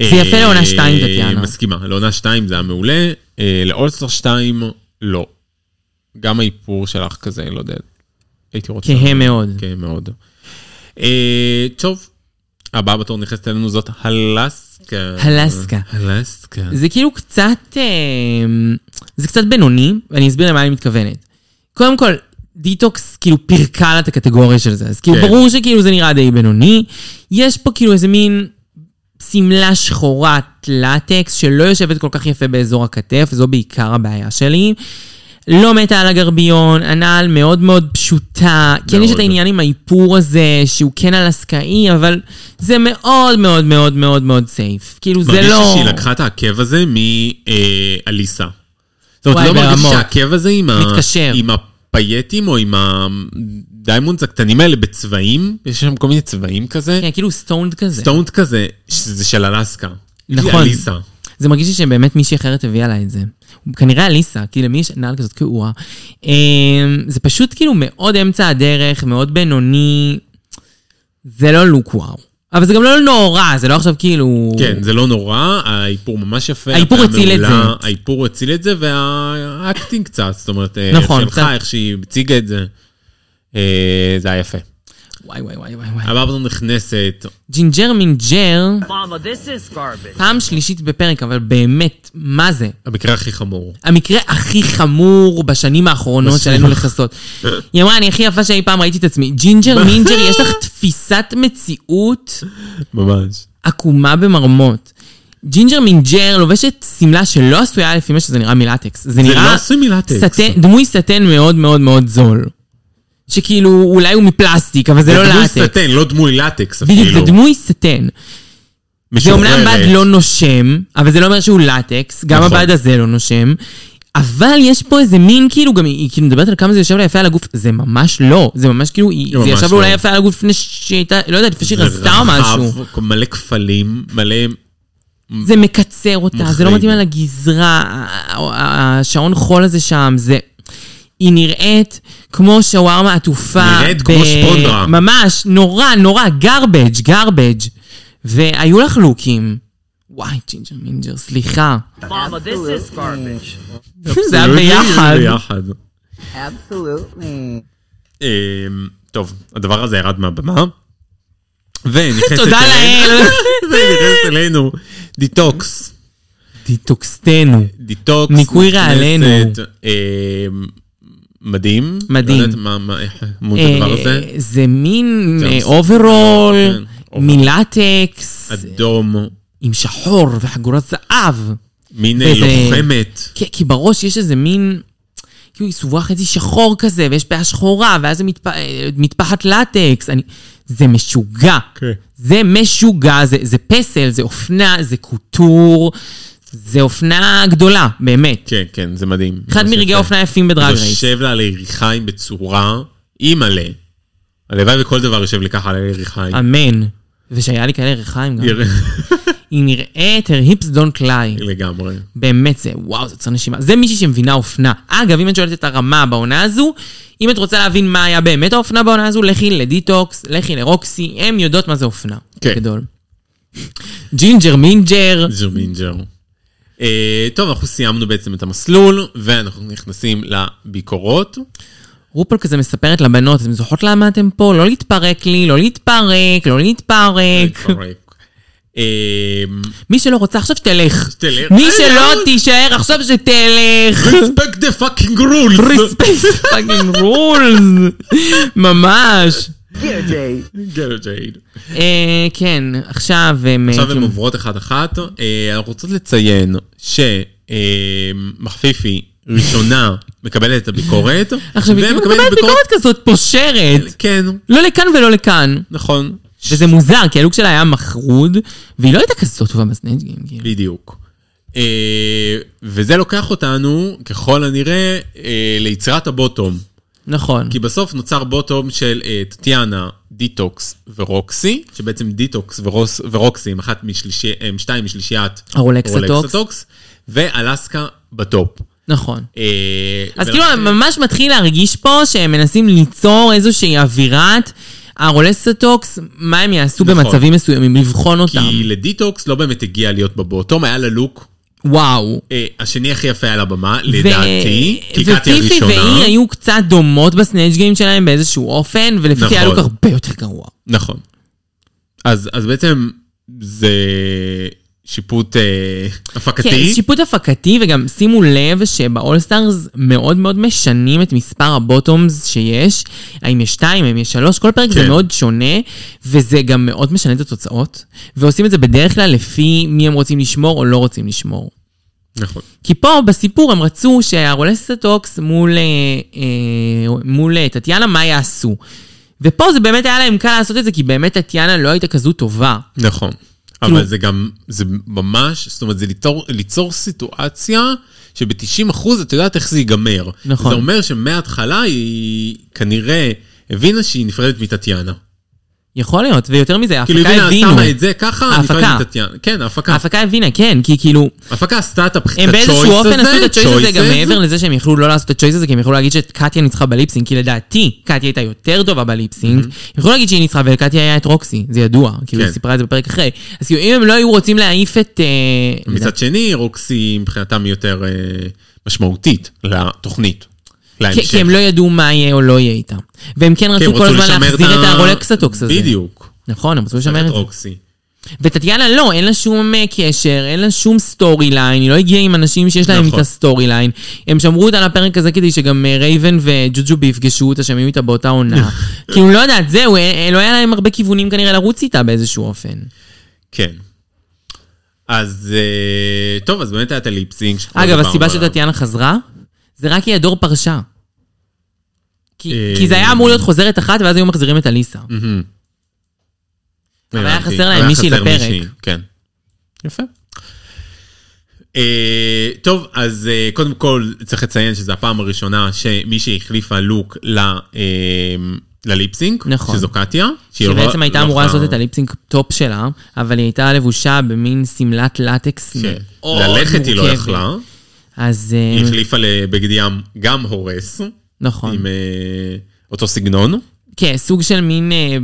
Speaker 2: זה יפה
Speaker 3: אה,
Speaker 2: לעונה שתיים, טטיאנה.
Speaker 3: מסכימה, לעונה 2 זה היה מעולה, אה, לאולסטר 2 לא. גם האיפור שלך כזה, לא יודע, הייתי רוצה...
Speaker 2: כהה מאוד.
Speaker 3: כן, מאוד. אה, טוב, הבאה בתור נכנסת אלינו זאת הלסקה.
Speaker 2: הלסקה.
Speaker 3: הלסקה.
Speaker 2: זה כאילו קצת, אה, זה קצת בינוני, ואני אסביר למה אני מתכוונת. קודם כל, דיטוקס כאילו פירקה לה את הקטגוריה של זה, אז כאילו
Speaker 3: כן.
Speaker 2: ברור שכאילו זה נראה די בינוני. יש פה כאילו איזה מין שמלה שחורת לטקס שלא יושבת כל כך יפה באזור הכתף, זו בעיקר הבעיה שלי. לא מתה על הגרביון, הנעל מאוד מאוד פשוטה. כן, יש את
Speaker 3: מאוד.
Speaker 2: העניין עם האיפור הזה, שהוא כן אלסקאי, אבל זה מאוד מאוד מאוד מאוד מאוד סייף. כאילו, זה
Speaker 3: מרגיש
Speaker 2: לא...
Speaker 3: לי שהיא לקחה את העקב הזה מאליסה. זאת אומרת,
Speaker 2: וואי,
Speaker 3: לא מרגיש
Speaker 2: ברמות.
Speaker 3: שהעקב הזה עם ה-
Speaker 2: מתקשר.
Speaker 3: עם הפייטים או עם הדיימונדס הקטנים האלה בצבעים, יש שם כל מיני צבעים כזה.
Speaker 2: כן, כאילו סטונד כזה.
Speaker 3: סטונד כזה, שזה של אלסקה.
Speaker 2: נכון.
Speaker 3: אליסה.
Speaker 2: זה מרגיש לי שבאמת מישהי אחרת הביאה לה את זה. כנראה אליסה, כי למי יש נעל כזאת כאורה. אמ, זה פשוט כאילו מאוד אמצע הדרך, מאוד בינוני. זה לא לוק וואו. אבל זה גם לא נורא, זה לא עכשיו כאילו...
Speaker 3: כן, זה לא נורא, האיפור ממש יפה.
Speaker 2: האיפור
Speaker 3: הפאה
Speaker 2: הציל את
Speaker 3: מעולה, האיפור הציל את זה, והאקטינג קצת, זאת אומרת,
Speaker 2: נכון,
Speaker 3: נכון, שלך,
Speaker 2: קצת.
Speaker 3: איך שהיא הציגה את זה. אה, זה היה יפה.
Speaker 2: וואי וואי וואי וואי. וואי.
Speaker 3: הבאה בזמן נכנסת,
Speaker 2: ג'ינג'ר מינג'ר,
Speaker 5: Mama, this is garbage.
Speaker 2: פעם שלישית בפרק, אבל באמת, מה זה?
Speaker 3: המקרה הכי חמור.
Speaker 2: המקרה הכי חמור בשנים האחרונות שעלינו לכסות. היא אמרה, אני הכי יפה שאי פעם ראיתי את עצמי. ג'ינג'ר מינג'ר, יש לך תפיסת מציאות
Speaker 3: ממש.
Speaker 2: עקומה במרמות. ג'ינג'ר מינג'ר לובשת שמלה שלא עשויה לפי מה שזה נראה מלטקס. זה
Speaker 3: זה לא
Speaker 2: נראה
Speaker 3: עשוי מלטקס.
Speaker 2: סטן, דמוי סטן מאוד מאוד מאוד זול. שכאילו, אולי הוא מפלסטיק, אבל זה לא
Speaker 3: דמוי
Speaker 2: לטקס.
Speaker 3: סטן, כאילו. לא דמוי לטקס אפילו.
Speaker 2: בדיוק, זה דמוי סטן. זה אומנם בד לא נושם, אבל זה לא אומר שהוא לטקס, גם
Speaker 3: נכון.
Speaker 2: הבד הזה לא נושם. אבל יש פה איזה מין, כאילו, גם היא היא כאילו מדברת על כמה זה יושב לה יפה על הגוף, זה ממש לא. זה ממש כאילו, היא- זה
Speaker 3: ממש
Speaker 2: ישב לה אולי
Speaker 3: לא.
Speaker 2: יפה על הגוף לפני שהיא הייתה, לא יודעת, לפני שהיא
Speaker 3: אה, זה
Speaker 2: רזתה או
Speaker 3: רחב,
Speaker 2: משהו.
Speaker 3: מלא כפלים, מלא...
Speaker 2: זה מקצר אותה, זה לא
Speaker 3: מחריד.
Speaker 2: מתאים על הגזרה, ה- ה- ה- השעון חול הזה שם, זה... היא נראית כמו שווארמה עטופה.
Speaker 3: נראית כמו שפונדרה.
Speaker 2: ממש, נורא, נורא, גרבג', גרבג'. והיו לך לוקים. וואי, ג'ינג'ר מינג'ר, סליחה.
Speaker 5: Mama, this is garbage.
Speaker 3: לא,
Speaker 2: זה היה ביחד.
Speaker 3: אה, ביחד.
Speaker 1: Absolutely.
Speaker 3: אמ, טוב, הדבר הזה ירד מהבמה. ונכנסת
Speaker 2: תודה
Speaker 3: אלינו-
Speaker 2: לאל.
Speaker 3: ונכנסת אלינו, דיטוקס.
Speaker 2: דיטוקסטנו.
Speaker 3: דיטוקס.
Speaker 2: ניקוי
Speaker 3: נכנסת,
Speaker 2: רעלינו.
Speaker 3: אמ, מדהים.
Speaker 2: מדהים.
Speaker 3: לא יודעת מה, מה, איך, מו את הדבר הזה.
Speaker 2: אה, זה מין
Speaker 3: זה
Speaker 2: אה,
Speaker 3: מס-
Speaker 2: אוברול,
Speaker 3: כן, אוברול.
Speaker 2: מלטקס,
Speaker 3: אדום,
Speaker 2: עם שחור וחגורת זהב.
Speaker 3: מין
Speaker 2: וזה-
Speaker 3: לוחמת.
Speaker 2: כי, כי בראש יש איזה מין, כאילו היא סוברה חצי שחור כזה, ויש פאה שחורה, ואז זה מתפ... אה, מטפחת לטקס. אני... זה משוגע.
Speaker 3: כן.
Speaker 2: זה משוגע, זה, זה פסל, זה אופנה, זה קוטור, זה אופנה גדולה, באמת.
Speaker 3: כן, כן, זה מדהים.
Speaker 2: אחד
Speaker 3: ממש
Speaker 2: מרגעי
Speaker 3: יפה.
Speaker 2: האופנה היפים בדרג רייס.
Speaker 3: יושב לה על היריחיים בצורה אימא'לה. הלוואי וכל דבר יושב לי ככה על היריחיים.
Speaker 2: אמן. ושהיה לי כאלה ריחיים גם.
Speaker 3: ירא-
Speaker 2: היא נראית, her hips don't lie.
Speaker 3: לגמרי.
Speaker 2: באמת זה, וואו, זה יוצר נשימה. זה מישהי שמבינה אופנה. אגב, אם את שואלת את הרמה בעונה הזו, אם את רוצה להבין מה היה באמת האופנה בעונה הזו, לכי לדיטוקס, לכי לרוקסי, הן יודעות מה זה אופנה.
Speaker 3: כן.
Speaker 2: גדול. ג'ינג'ר מינג'ר,
Speaker 3: ג'רמינג'ר. אה, טוב, אנחנו סיימנו בעצם את המסלול, ואנחנו נכנסים לביקורות.
Speaker 2: רופול כזה מספרת לבנות, אתן זוכרות למה אתם פה? לא להתפרק לי, לא להתפרק, לא להתפרק.
Speaker 3: אה,
Speaker 2: מי שלא רוצה עכשיו שתלך.
Speaker 3: שתלך.
Speaker 2: מי
Speaker 3: אה,
Speaker 2: שלא
Speaker 3: אה.
Speaker 2: תישאר עכשיו שתלך.
Speaker 3: Respect the fucking rules.
Speaker 2: ריספקט פאקינג רולס. ממש.
Speaker 3: גלו ג'ייד.
Speaker 2: אה, כן, עכשיו הם...
Speaker 3: עכשיו הן
Speaker 2: כאילו,
Speaker 3: עוברות אחת-אחת. אה, אנחנו רוצות לציין שמחפיפי ראשונה מקבלת את הביקורת.
Speaker 2: עכשיו היא כאילו
Speaker 3: ומקבלת
Speaker 2: מקבלת ביקורת כזאת פושרת.
Speaker 3: כן,
Speaker 2: לא לכאן ולא לכאן.
Speaker 3: נכון,
Speaker 2: וזה מוזר, כי הלוק שלה היה מחרוד, והיא לא הייתה כזאת טובה בסנאצ' גיים. כאילו.
Speaker 3: בדיוק. אה, וזה לוקח אותנו, ככל הנראה, אה, ליצירת הבוטום.
Speaker 2: נכון.
Speaker 3: כי בסוף נוצר בוטום של אה, טטיאנה, דיטוקס ורוקסי, שבעצם דיטוקס ורוס, ורוקסי הם אחת משלישי, הם שתיים משלישיית
Speaker 2: הרולקסטוקס.
Speaker 3: הרולקסטוקס, ואלסקה בטופ.
Speaker 2: נכון.
Speaker 3: אה,
Speaker 2: אז
Speaker 3: ולכן-
Speaker 2: כאילו, ממש מתחיל להרגיש פה שהם מנסים ליצור איזושהי אווירת הרולסטוקס, מה הם יעשו
Speaker 3: נכון.
Speaker 2: במצבים מסוימים, לבחון אותם.
Speaker 3: כי לדיטוקס לא באמת הגיע להיות בבוטום, היה לה לוק.
Speaker 2: וואו.
Speaker 3: אה, השני הכי יפה על הבמה,
Speaker 2: ו-
Speaker 3: לדעתי, כי קטי
Speaker 2: ופיפי
Speaker 3: הראשונה.
Speaker 2: והיא היו קצת דומות בסנאצ' גיים שלהם באיזשהו אופן, ולפי היה לוק
Speaker 3: נכון.
Speaker 2: הרבה יותר גרוע.
Speaker 3: נכון. אז, אז בעצם זה שיפוט אה, הפקתי.
Speaker 2: כן, שיפוט הפקתי, וגם שימו לב שבאולסטארס מאוד מאוד משנים את מספר הבוטומס שיש. האם יש שתיים, האם יש שלוש, כל פרק זה
Speaker 3: כן.
Speaker 2: מאוד שונה, וזה גם מאוד משנה את התוצאות, ועושים את זה בדרך כלל לפי מי הם רוצים לשמור או לא רוצים לשמור.
Speaker 3: נכון.
Speaker 2: כי פה בסיפור הם רצו שהרולסטוקס מול, אה, אה, מול אה, טטיאנה, מה יעשו? ופה זה באמת היה להם קל לעשות את זה, כי באמת טטיאנה לא הייתה כזו טובה.
Speaker 3: נכון.
Speaker 2: כאילו-
Speaker 3: אבל זה גם, זה ממש, זאת אומרת, זה ליצור, ליצור סיטואציה שב-90% את יודעת איך זה ייגמר.
Speaker 2: נכון.
Speaker 3: זה אומר שמההתחלה היא כנראה הבינה שהיא נפרדת מטטיאנה.
Speaker 2: יכול להיות, ויותר מזה,
Speaker 3: כאילו
Speaker 2: ההפקה
Speaker 3: הבינה,
Speaker 2: הבינו.
Speaker 3: שמה את זה ככה,
Speaker 2: ההפקה.
Speaker 3: נפרדת מטטיאנה. כן, ההפקה.
Speaker 2: ההפקה הבינה, כן, כי כאילו,
Speaker 3: ההפקה עשתה את הפ- את
Speaker 2: הם באיזשהו
Speaker 3: ה-choice
Speaker 2: אופן עשו את הצ'וייס הזה גם
Speaker 3: choices.
Speaker 2: מעבר לזה שהם יכלו לא לעשות את הצ'וייס הזה, כי הם יכלו להגיד שקטיה ניצחה בליפסינג, כי לדעתי קטיה הייתה יותר טובה בליפסינג, יכלו להגיד שהיא ניצחה ולקטיה היה את רוקסי, זה ידוע, כאילו
Speaker 3: כן.
Speaker 2: היא סיפרה את זה בפרק אחרי. אז כאילו אם הם לא היו רוצים להעיף את... אה,
Speaker 3: מצד שני, רוקסי מבחינתם יותר אה, משמעותית לתוכנית.
Speaker 2: כי-
Speaker 3: להמשך.
Speaker 2: כי הם לא ידעו מה יהיה או לא יהיה איתה. והם כן
Speaker 3: כי כן. הם
Speaker 2: רצו כל
Speaker 3: רצו
Speaker 2: הזמן
Speaker 3: לשמר
Speaker 2: להחזיר את
Speaker 3: ה-
Speaker 2: הרולקסטוקס הזה.
Speaker 3: בדיוק.
Speaker 2: נכון, הם רצו לשמר
Speaker 3: את
Speaker 2: את זה.
Speaker 3: רוקסי.
Speaker 2: וטטיאנה לא, אין לה שום אה, קשר, אין לה שום סטורי ליין, היא לא הגיעה עם אנשים שיש להם
Speaker 3: נכון.
Speaker 2: את הסטורי ליין. הם שמרו אותה לפרק הזה כדי שגם אה, רייבן וג'וג'ובי יפגשו אותה, שהם יהיו איתה באותה עונה. כאילו, לא יודעת, זהו, אה, אה, לא היה להם הרבה כיוונים כנראה לרוץ איתה באיזשהו אופן.
Speaker 3: כן. אז אה, טוב, אז באמת היה את הליפסינג. שכבר
Speaker 2: אגב,
Speaker 3: דיברנו
Speaker 2: הסיבה
Speaker 3: עליו.
Speaker 2: שטטיאנה חזרה, זה רק כי הדור פרשה. כי
Speaker 3: אה.
Speaker 2: כי זה היה אמור להיות חוזרת אחת, ואז היו מחזירים את אליסה.
Speaker 3: מהמם.
Speaker 2: אבל היה
Speaker 3: הבנתי.
Speaker 2: חסר להם
Speaker 3: היה
Speaker 2: מישהי
Speaker 3: חסר
Speaker 2: לפרק.
Speaker 3: מישהי, כן. יפה. אה, טוב, אז אה, קודם כל צריך לציין שזו הפעם הראשונה שמישהי החליפה לוק ל... אה, לליפסינג,
Speaker 2: נכון.
Speaker 3: שזו קטיה. שהיא
Speaker 2: שהיא בעצם
Speaker 3: לא-
Speaker 2: הייתה
Speaker 3: לא
Speaker 2: אמורה
Speaker 3: עושה-
Speaker 2: לעשות את הליפסינג טופ שלה, אבל היא הייתה לבושה במין שמלת לטקס
Speaker 3: כן.
Speaker 2: מאוד
Speaker 3: ללכת היא לא
Speaker 2: מורכבת.
Speaker 3: יכלה,
Speaker 2: אז אה,
Speaker 3: היא החליפה לבגד ים גם הורס,
Speaker 2: נכון.
Speaker 3: עם אה, אותו סגנון.
Speaker 2: כן, סוג של מין אה,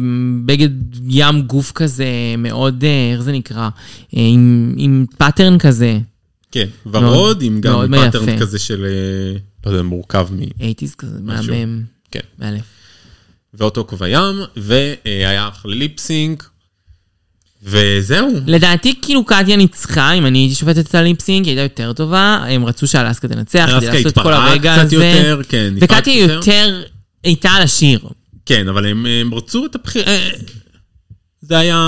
Speaker 2: בגד ים גוף כזה, מאוד, אה, איך זה נקרא? אה, עם- עם פאטרן כזה.
Speaker 3: כן, ורוד עם גם
Speaker 2: מאוד
Speaker 3: פאטרן
Speaker 2: יפה.
Speaker 3: כזה של, אה, לא יודע, מורכב מ...
Speaker 2: 80's כזה,
Speaker 3: משהו.
Speaker 2: מהמם.
Speaker 3: כן.
Speaker 2: מאלף.
Speaker 3: ואותו כובע ים, והיה אחלה ליפסינק, וזהו.
Speaker 2: לדעתי כאילו קטיה ניצחה, אם אני הייתי שופטת את הליפסינג, היא הייתה יותר טובה, הם רצו שאלסקה תנצח, כדי
Speaker 3: אלסקה
Speaker 2: לעשות את כל
Speaker 3: התפרעה
Speaker 2: הרגע
Speaker 3: קצת
Speaker 2: הזה.
Speaker 3: יותר, כן, התפרעה
Speaker 2: וקטיה
Speaker 3: קצת יותר.
Speaker 2: יותר הייתה על השיר.
Speaker 3: כן, אבל הם, הם רצו את הבחיר... אה, זה היה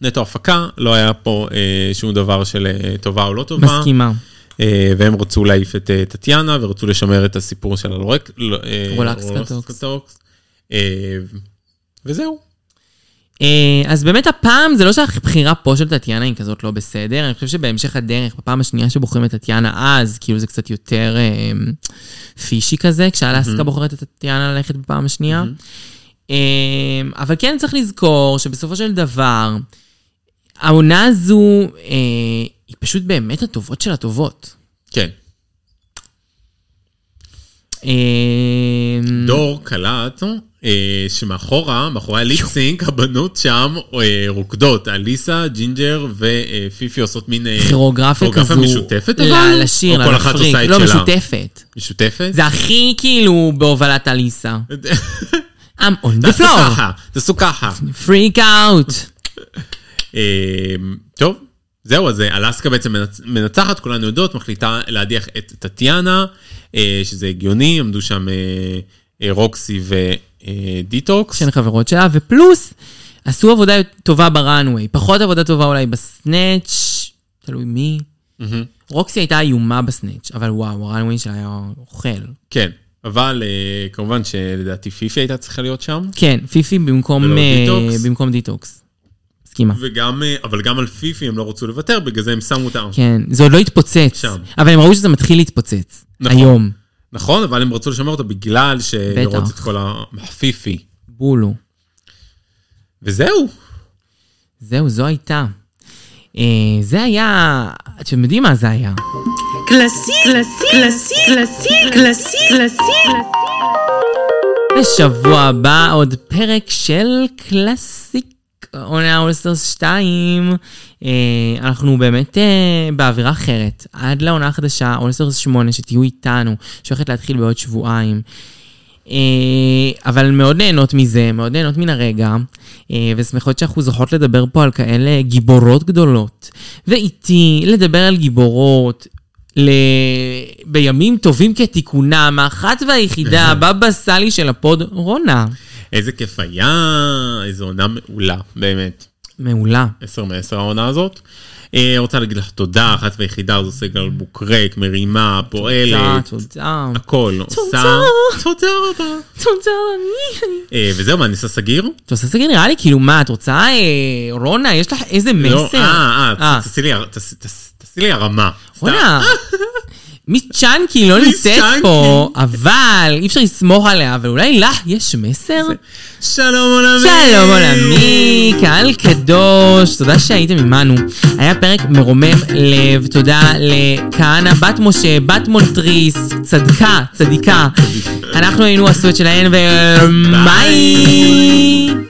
Speaker 3: נטו הפקה, לא היה פה אה, שום דבר של אה, טובה או לא טובה.
Speaker 2: מסכימה.
Speaker 3: אה, והם רצו להעיף את אה, טטיאנה ורצו לשמר את הסיפור של הרולק...
Speaker 2: רולקס
Speaker 3: קטוקס. אה, וזהו.
Speaker 2: אה, אז באמת הפעם, זה לא שהבחירה פה של טטיאנה היא כזאת לא בסדר, אני חושב שבהמשך הדרך, בפעם השנייה שבוחרים את טטיאנה אז, כאילו זה קצת יותר אה, פישי כזה, כשאלסקה בוחרת את טטיאנה ללכת בפעם השנייה. אה, אבל כן צריך לזכור שבסופו של דבר, העונה הזו אה, היא פשוט באמת הטובות של הטובות.
Speaker 3: כן.
Speaker 2: אה,
Speaker 3: דור קלט אה, שמאחורה, מאחורי הליפסינק, הבנות שם אה, רוקדות. אליסה, ג'ינג'ר ופיפי עושות מין... אה,
Speaker 2: כירוגרפיה
Speaker 3: כירוגרפיה
Speaker 2: כזו,
Speaker 3: משותפת אבל?
Speaker 2: ל- לשיר,
Speaker 3: או כל אחת
Speaker 2: לפריק,
Speaker 3: עושה את
Speaker 2: לא
Speaker 3: שלה?
Speaker 2: משותפת.
Speaker 3: משותפת?
Speaker 2: זה הכי כאילו בהובלת אליסה. I'm on the
Speaker 3: תעשו
Speaker 2: floor.
Speaker 3: ככה, תעשו ככה.
Speaker 2: freak out.
Speaker 3: אה, טוב, זהו, אז אה, אלסקה בעצם מנצ- מנצחת, כולנו יודעות, מחליטה להדיח את טטיאנה, אה, שזה הגיוני, עמדו שם אה, אה, רוקסי אה, ודיטוקס.
Speaker 2: שהן חברות שלה, ופלוס, עשו עבודה טובה בראנוויי. פחות עבודה טובה אולי בסנאץ', תלוי מי. רוקסי הייתה איומה בסנאץ', אבל וואו, הראנוויי שלה היה אוכל.
Speaker 3: כן, אבל אה, כמובן שלדעתי פיפי הייתה צריכה להיות שם.
Speaker 2: כן, פיפי במקום
Speaker 3: ולא
Speaker 2: אה,
Speaker 3: דיטוקס?
Speaker 2: במקום דיטוקס. מסכימה.
Speaker 3: וגם, אה, אבל גם על פיפי הם לא רצו לוותר, בגלל זה הם שמו אותה.
Speaker 2: כן, זה עוד לא התפוצץ.
Speaker 3: שם.
Speaker 2: אבל הם ראו שזה מתחיל להתפוצץ.
Speaker 3: נכון.
Speaker 2: היום.
Speaker 3: נכון, אבל הם רצו לשמר אותה בגלל שלראות
Speaker 2: בטח.
Speaker 3: את כל הפיפי.
Speaker 2: בולו.
Speaker 3: וזהו.
Speaker 2: זהו, זו הייתה. אה, זה היה... אתם יודעים מה זה היה.
Speaker 6: Classique, classique, classique, classique, classique, classique.
Speaker 2: בשבוע הבא עוד פרק של קלאסיק עונה אולסטרס 2. אה, אנחנו באמת אה, באווירה אחרת. עד לעונה החדשה, אולסטרס 8, שתהיו איתנו, שהולכת להתחיל בעוד שבועיים. אה, אבל מאוד נהנות מזה, מאוד נהנות מן הרגע, אה, ושמחות שאנחנו זוכות לדבר פה על כאלה גיבורות גדולות. ואיתי, לדבר על גיבורות. ל... בימים טובים כתיקונם, האחת והיחידה, הבבא סאלי של הפוד, רונה.
Speaker 3: איזה כיף היה, איזו עונה מעולה, באמת.
Speaker 2: מעולה.
Speaker 3: 10 מ-10 העונה הזאת. אה, רוצה להגיד לך תודה, אחת והיחידה זו סגל בוקרק, מרימה,
Speaker 2: תודה,
Speaker 3: פועלת,
Speaker 2: אה, תודה.
Speaker 3: הכל. עושה... תודה רבה.
Speaker 2: תודה, אני...
Speaker 3: אה, וזהו, מה, ניסה סגיר?
Speaker 2: את עושה סגר נראה לי, כאילו, מה, את רוצה, אה, רונה, יש לך איזה
Speaker 3: לא,
Speaker 2: מסר?
Speaker 3: אה,
Speaker 2: אה.
Speaker 3: אה, תעשי לי הר- תעשי- תעשי- תעשי לי הרמה.
Speaker 2: רונה, מיס צ'אנקי לא
Speaker 3: מיס
Speaker 2: נמצאת
Speaker 3: צ'אנקי.
Speaker 2: פה, אבל אי אפשר לסמוך עליה, אבל אולי לך יש מסר?
Speaker 3: שלום עולמי.
Speaker 2: שלום עולמי, כן. קהל קדוש, תודה שהייתם עמנו. היה פרק מרומם לב, תודה לכהנא, בת משה, בת מונטריס, צדקה, צדיקה. אנחנו היינו עשו את שלהן, וביי!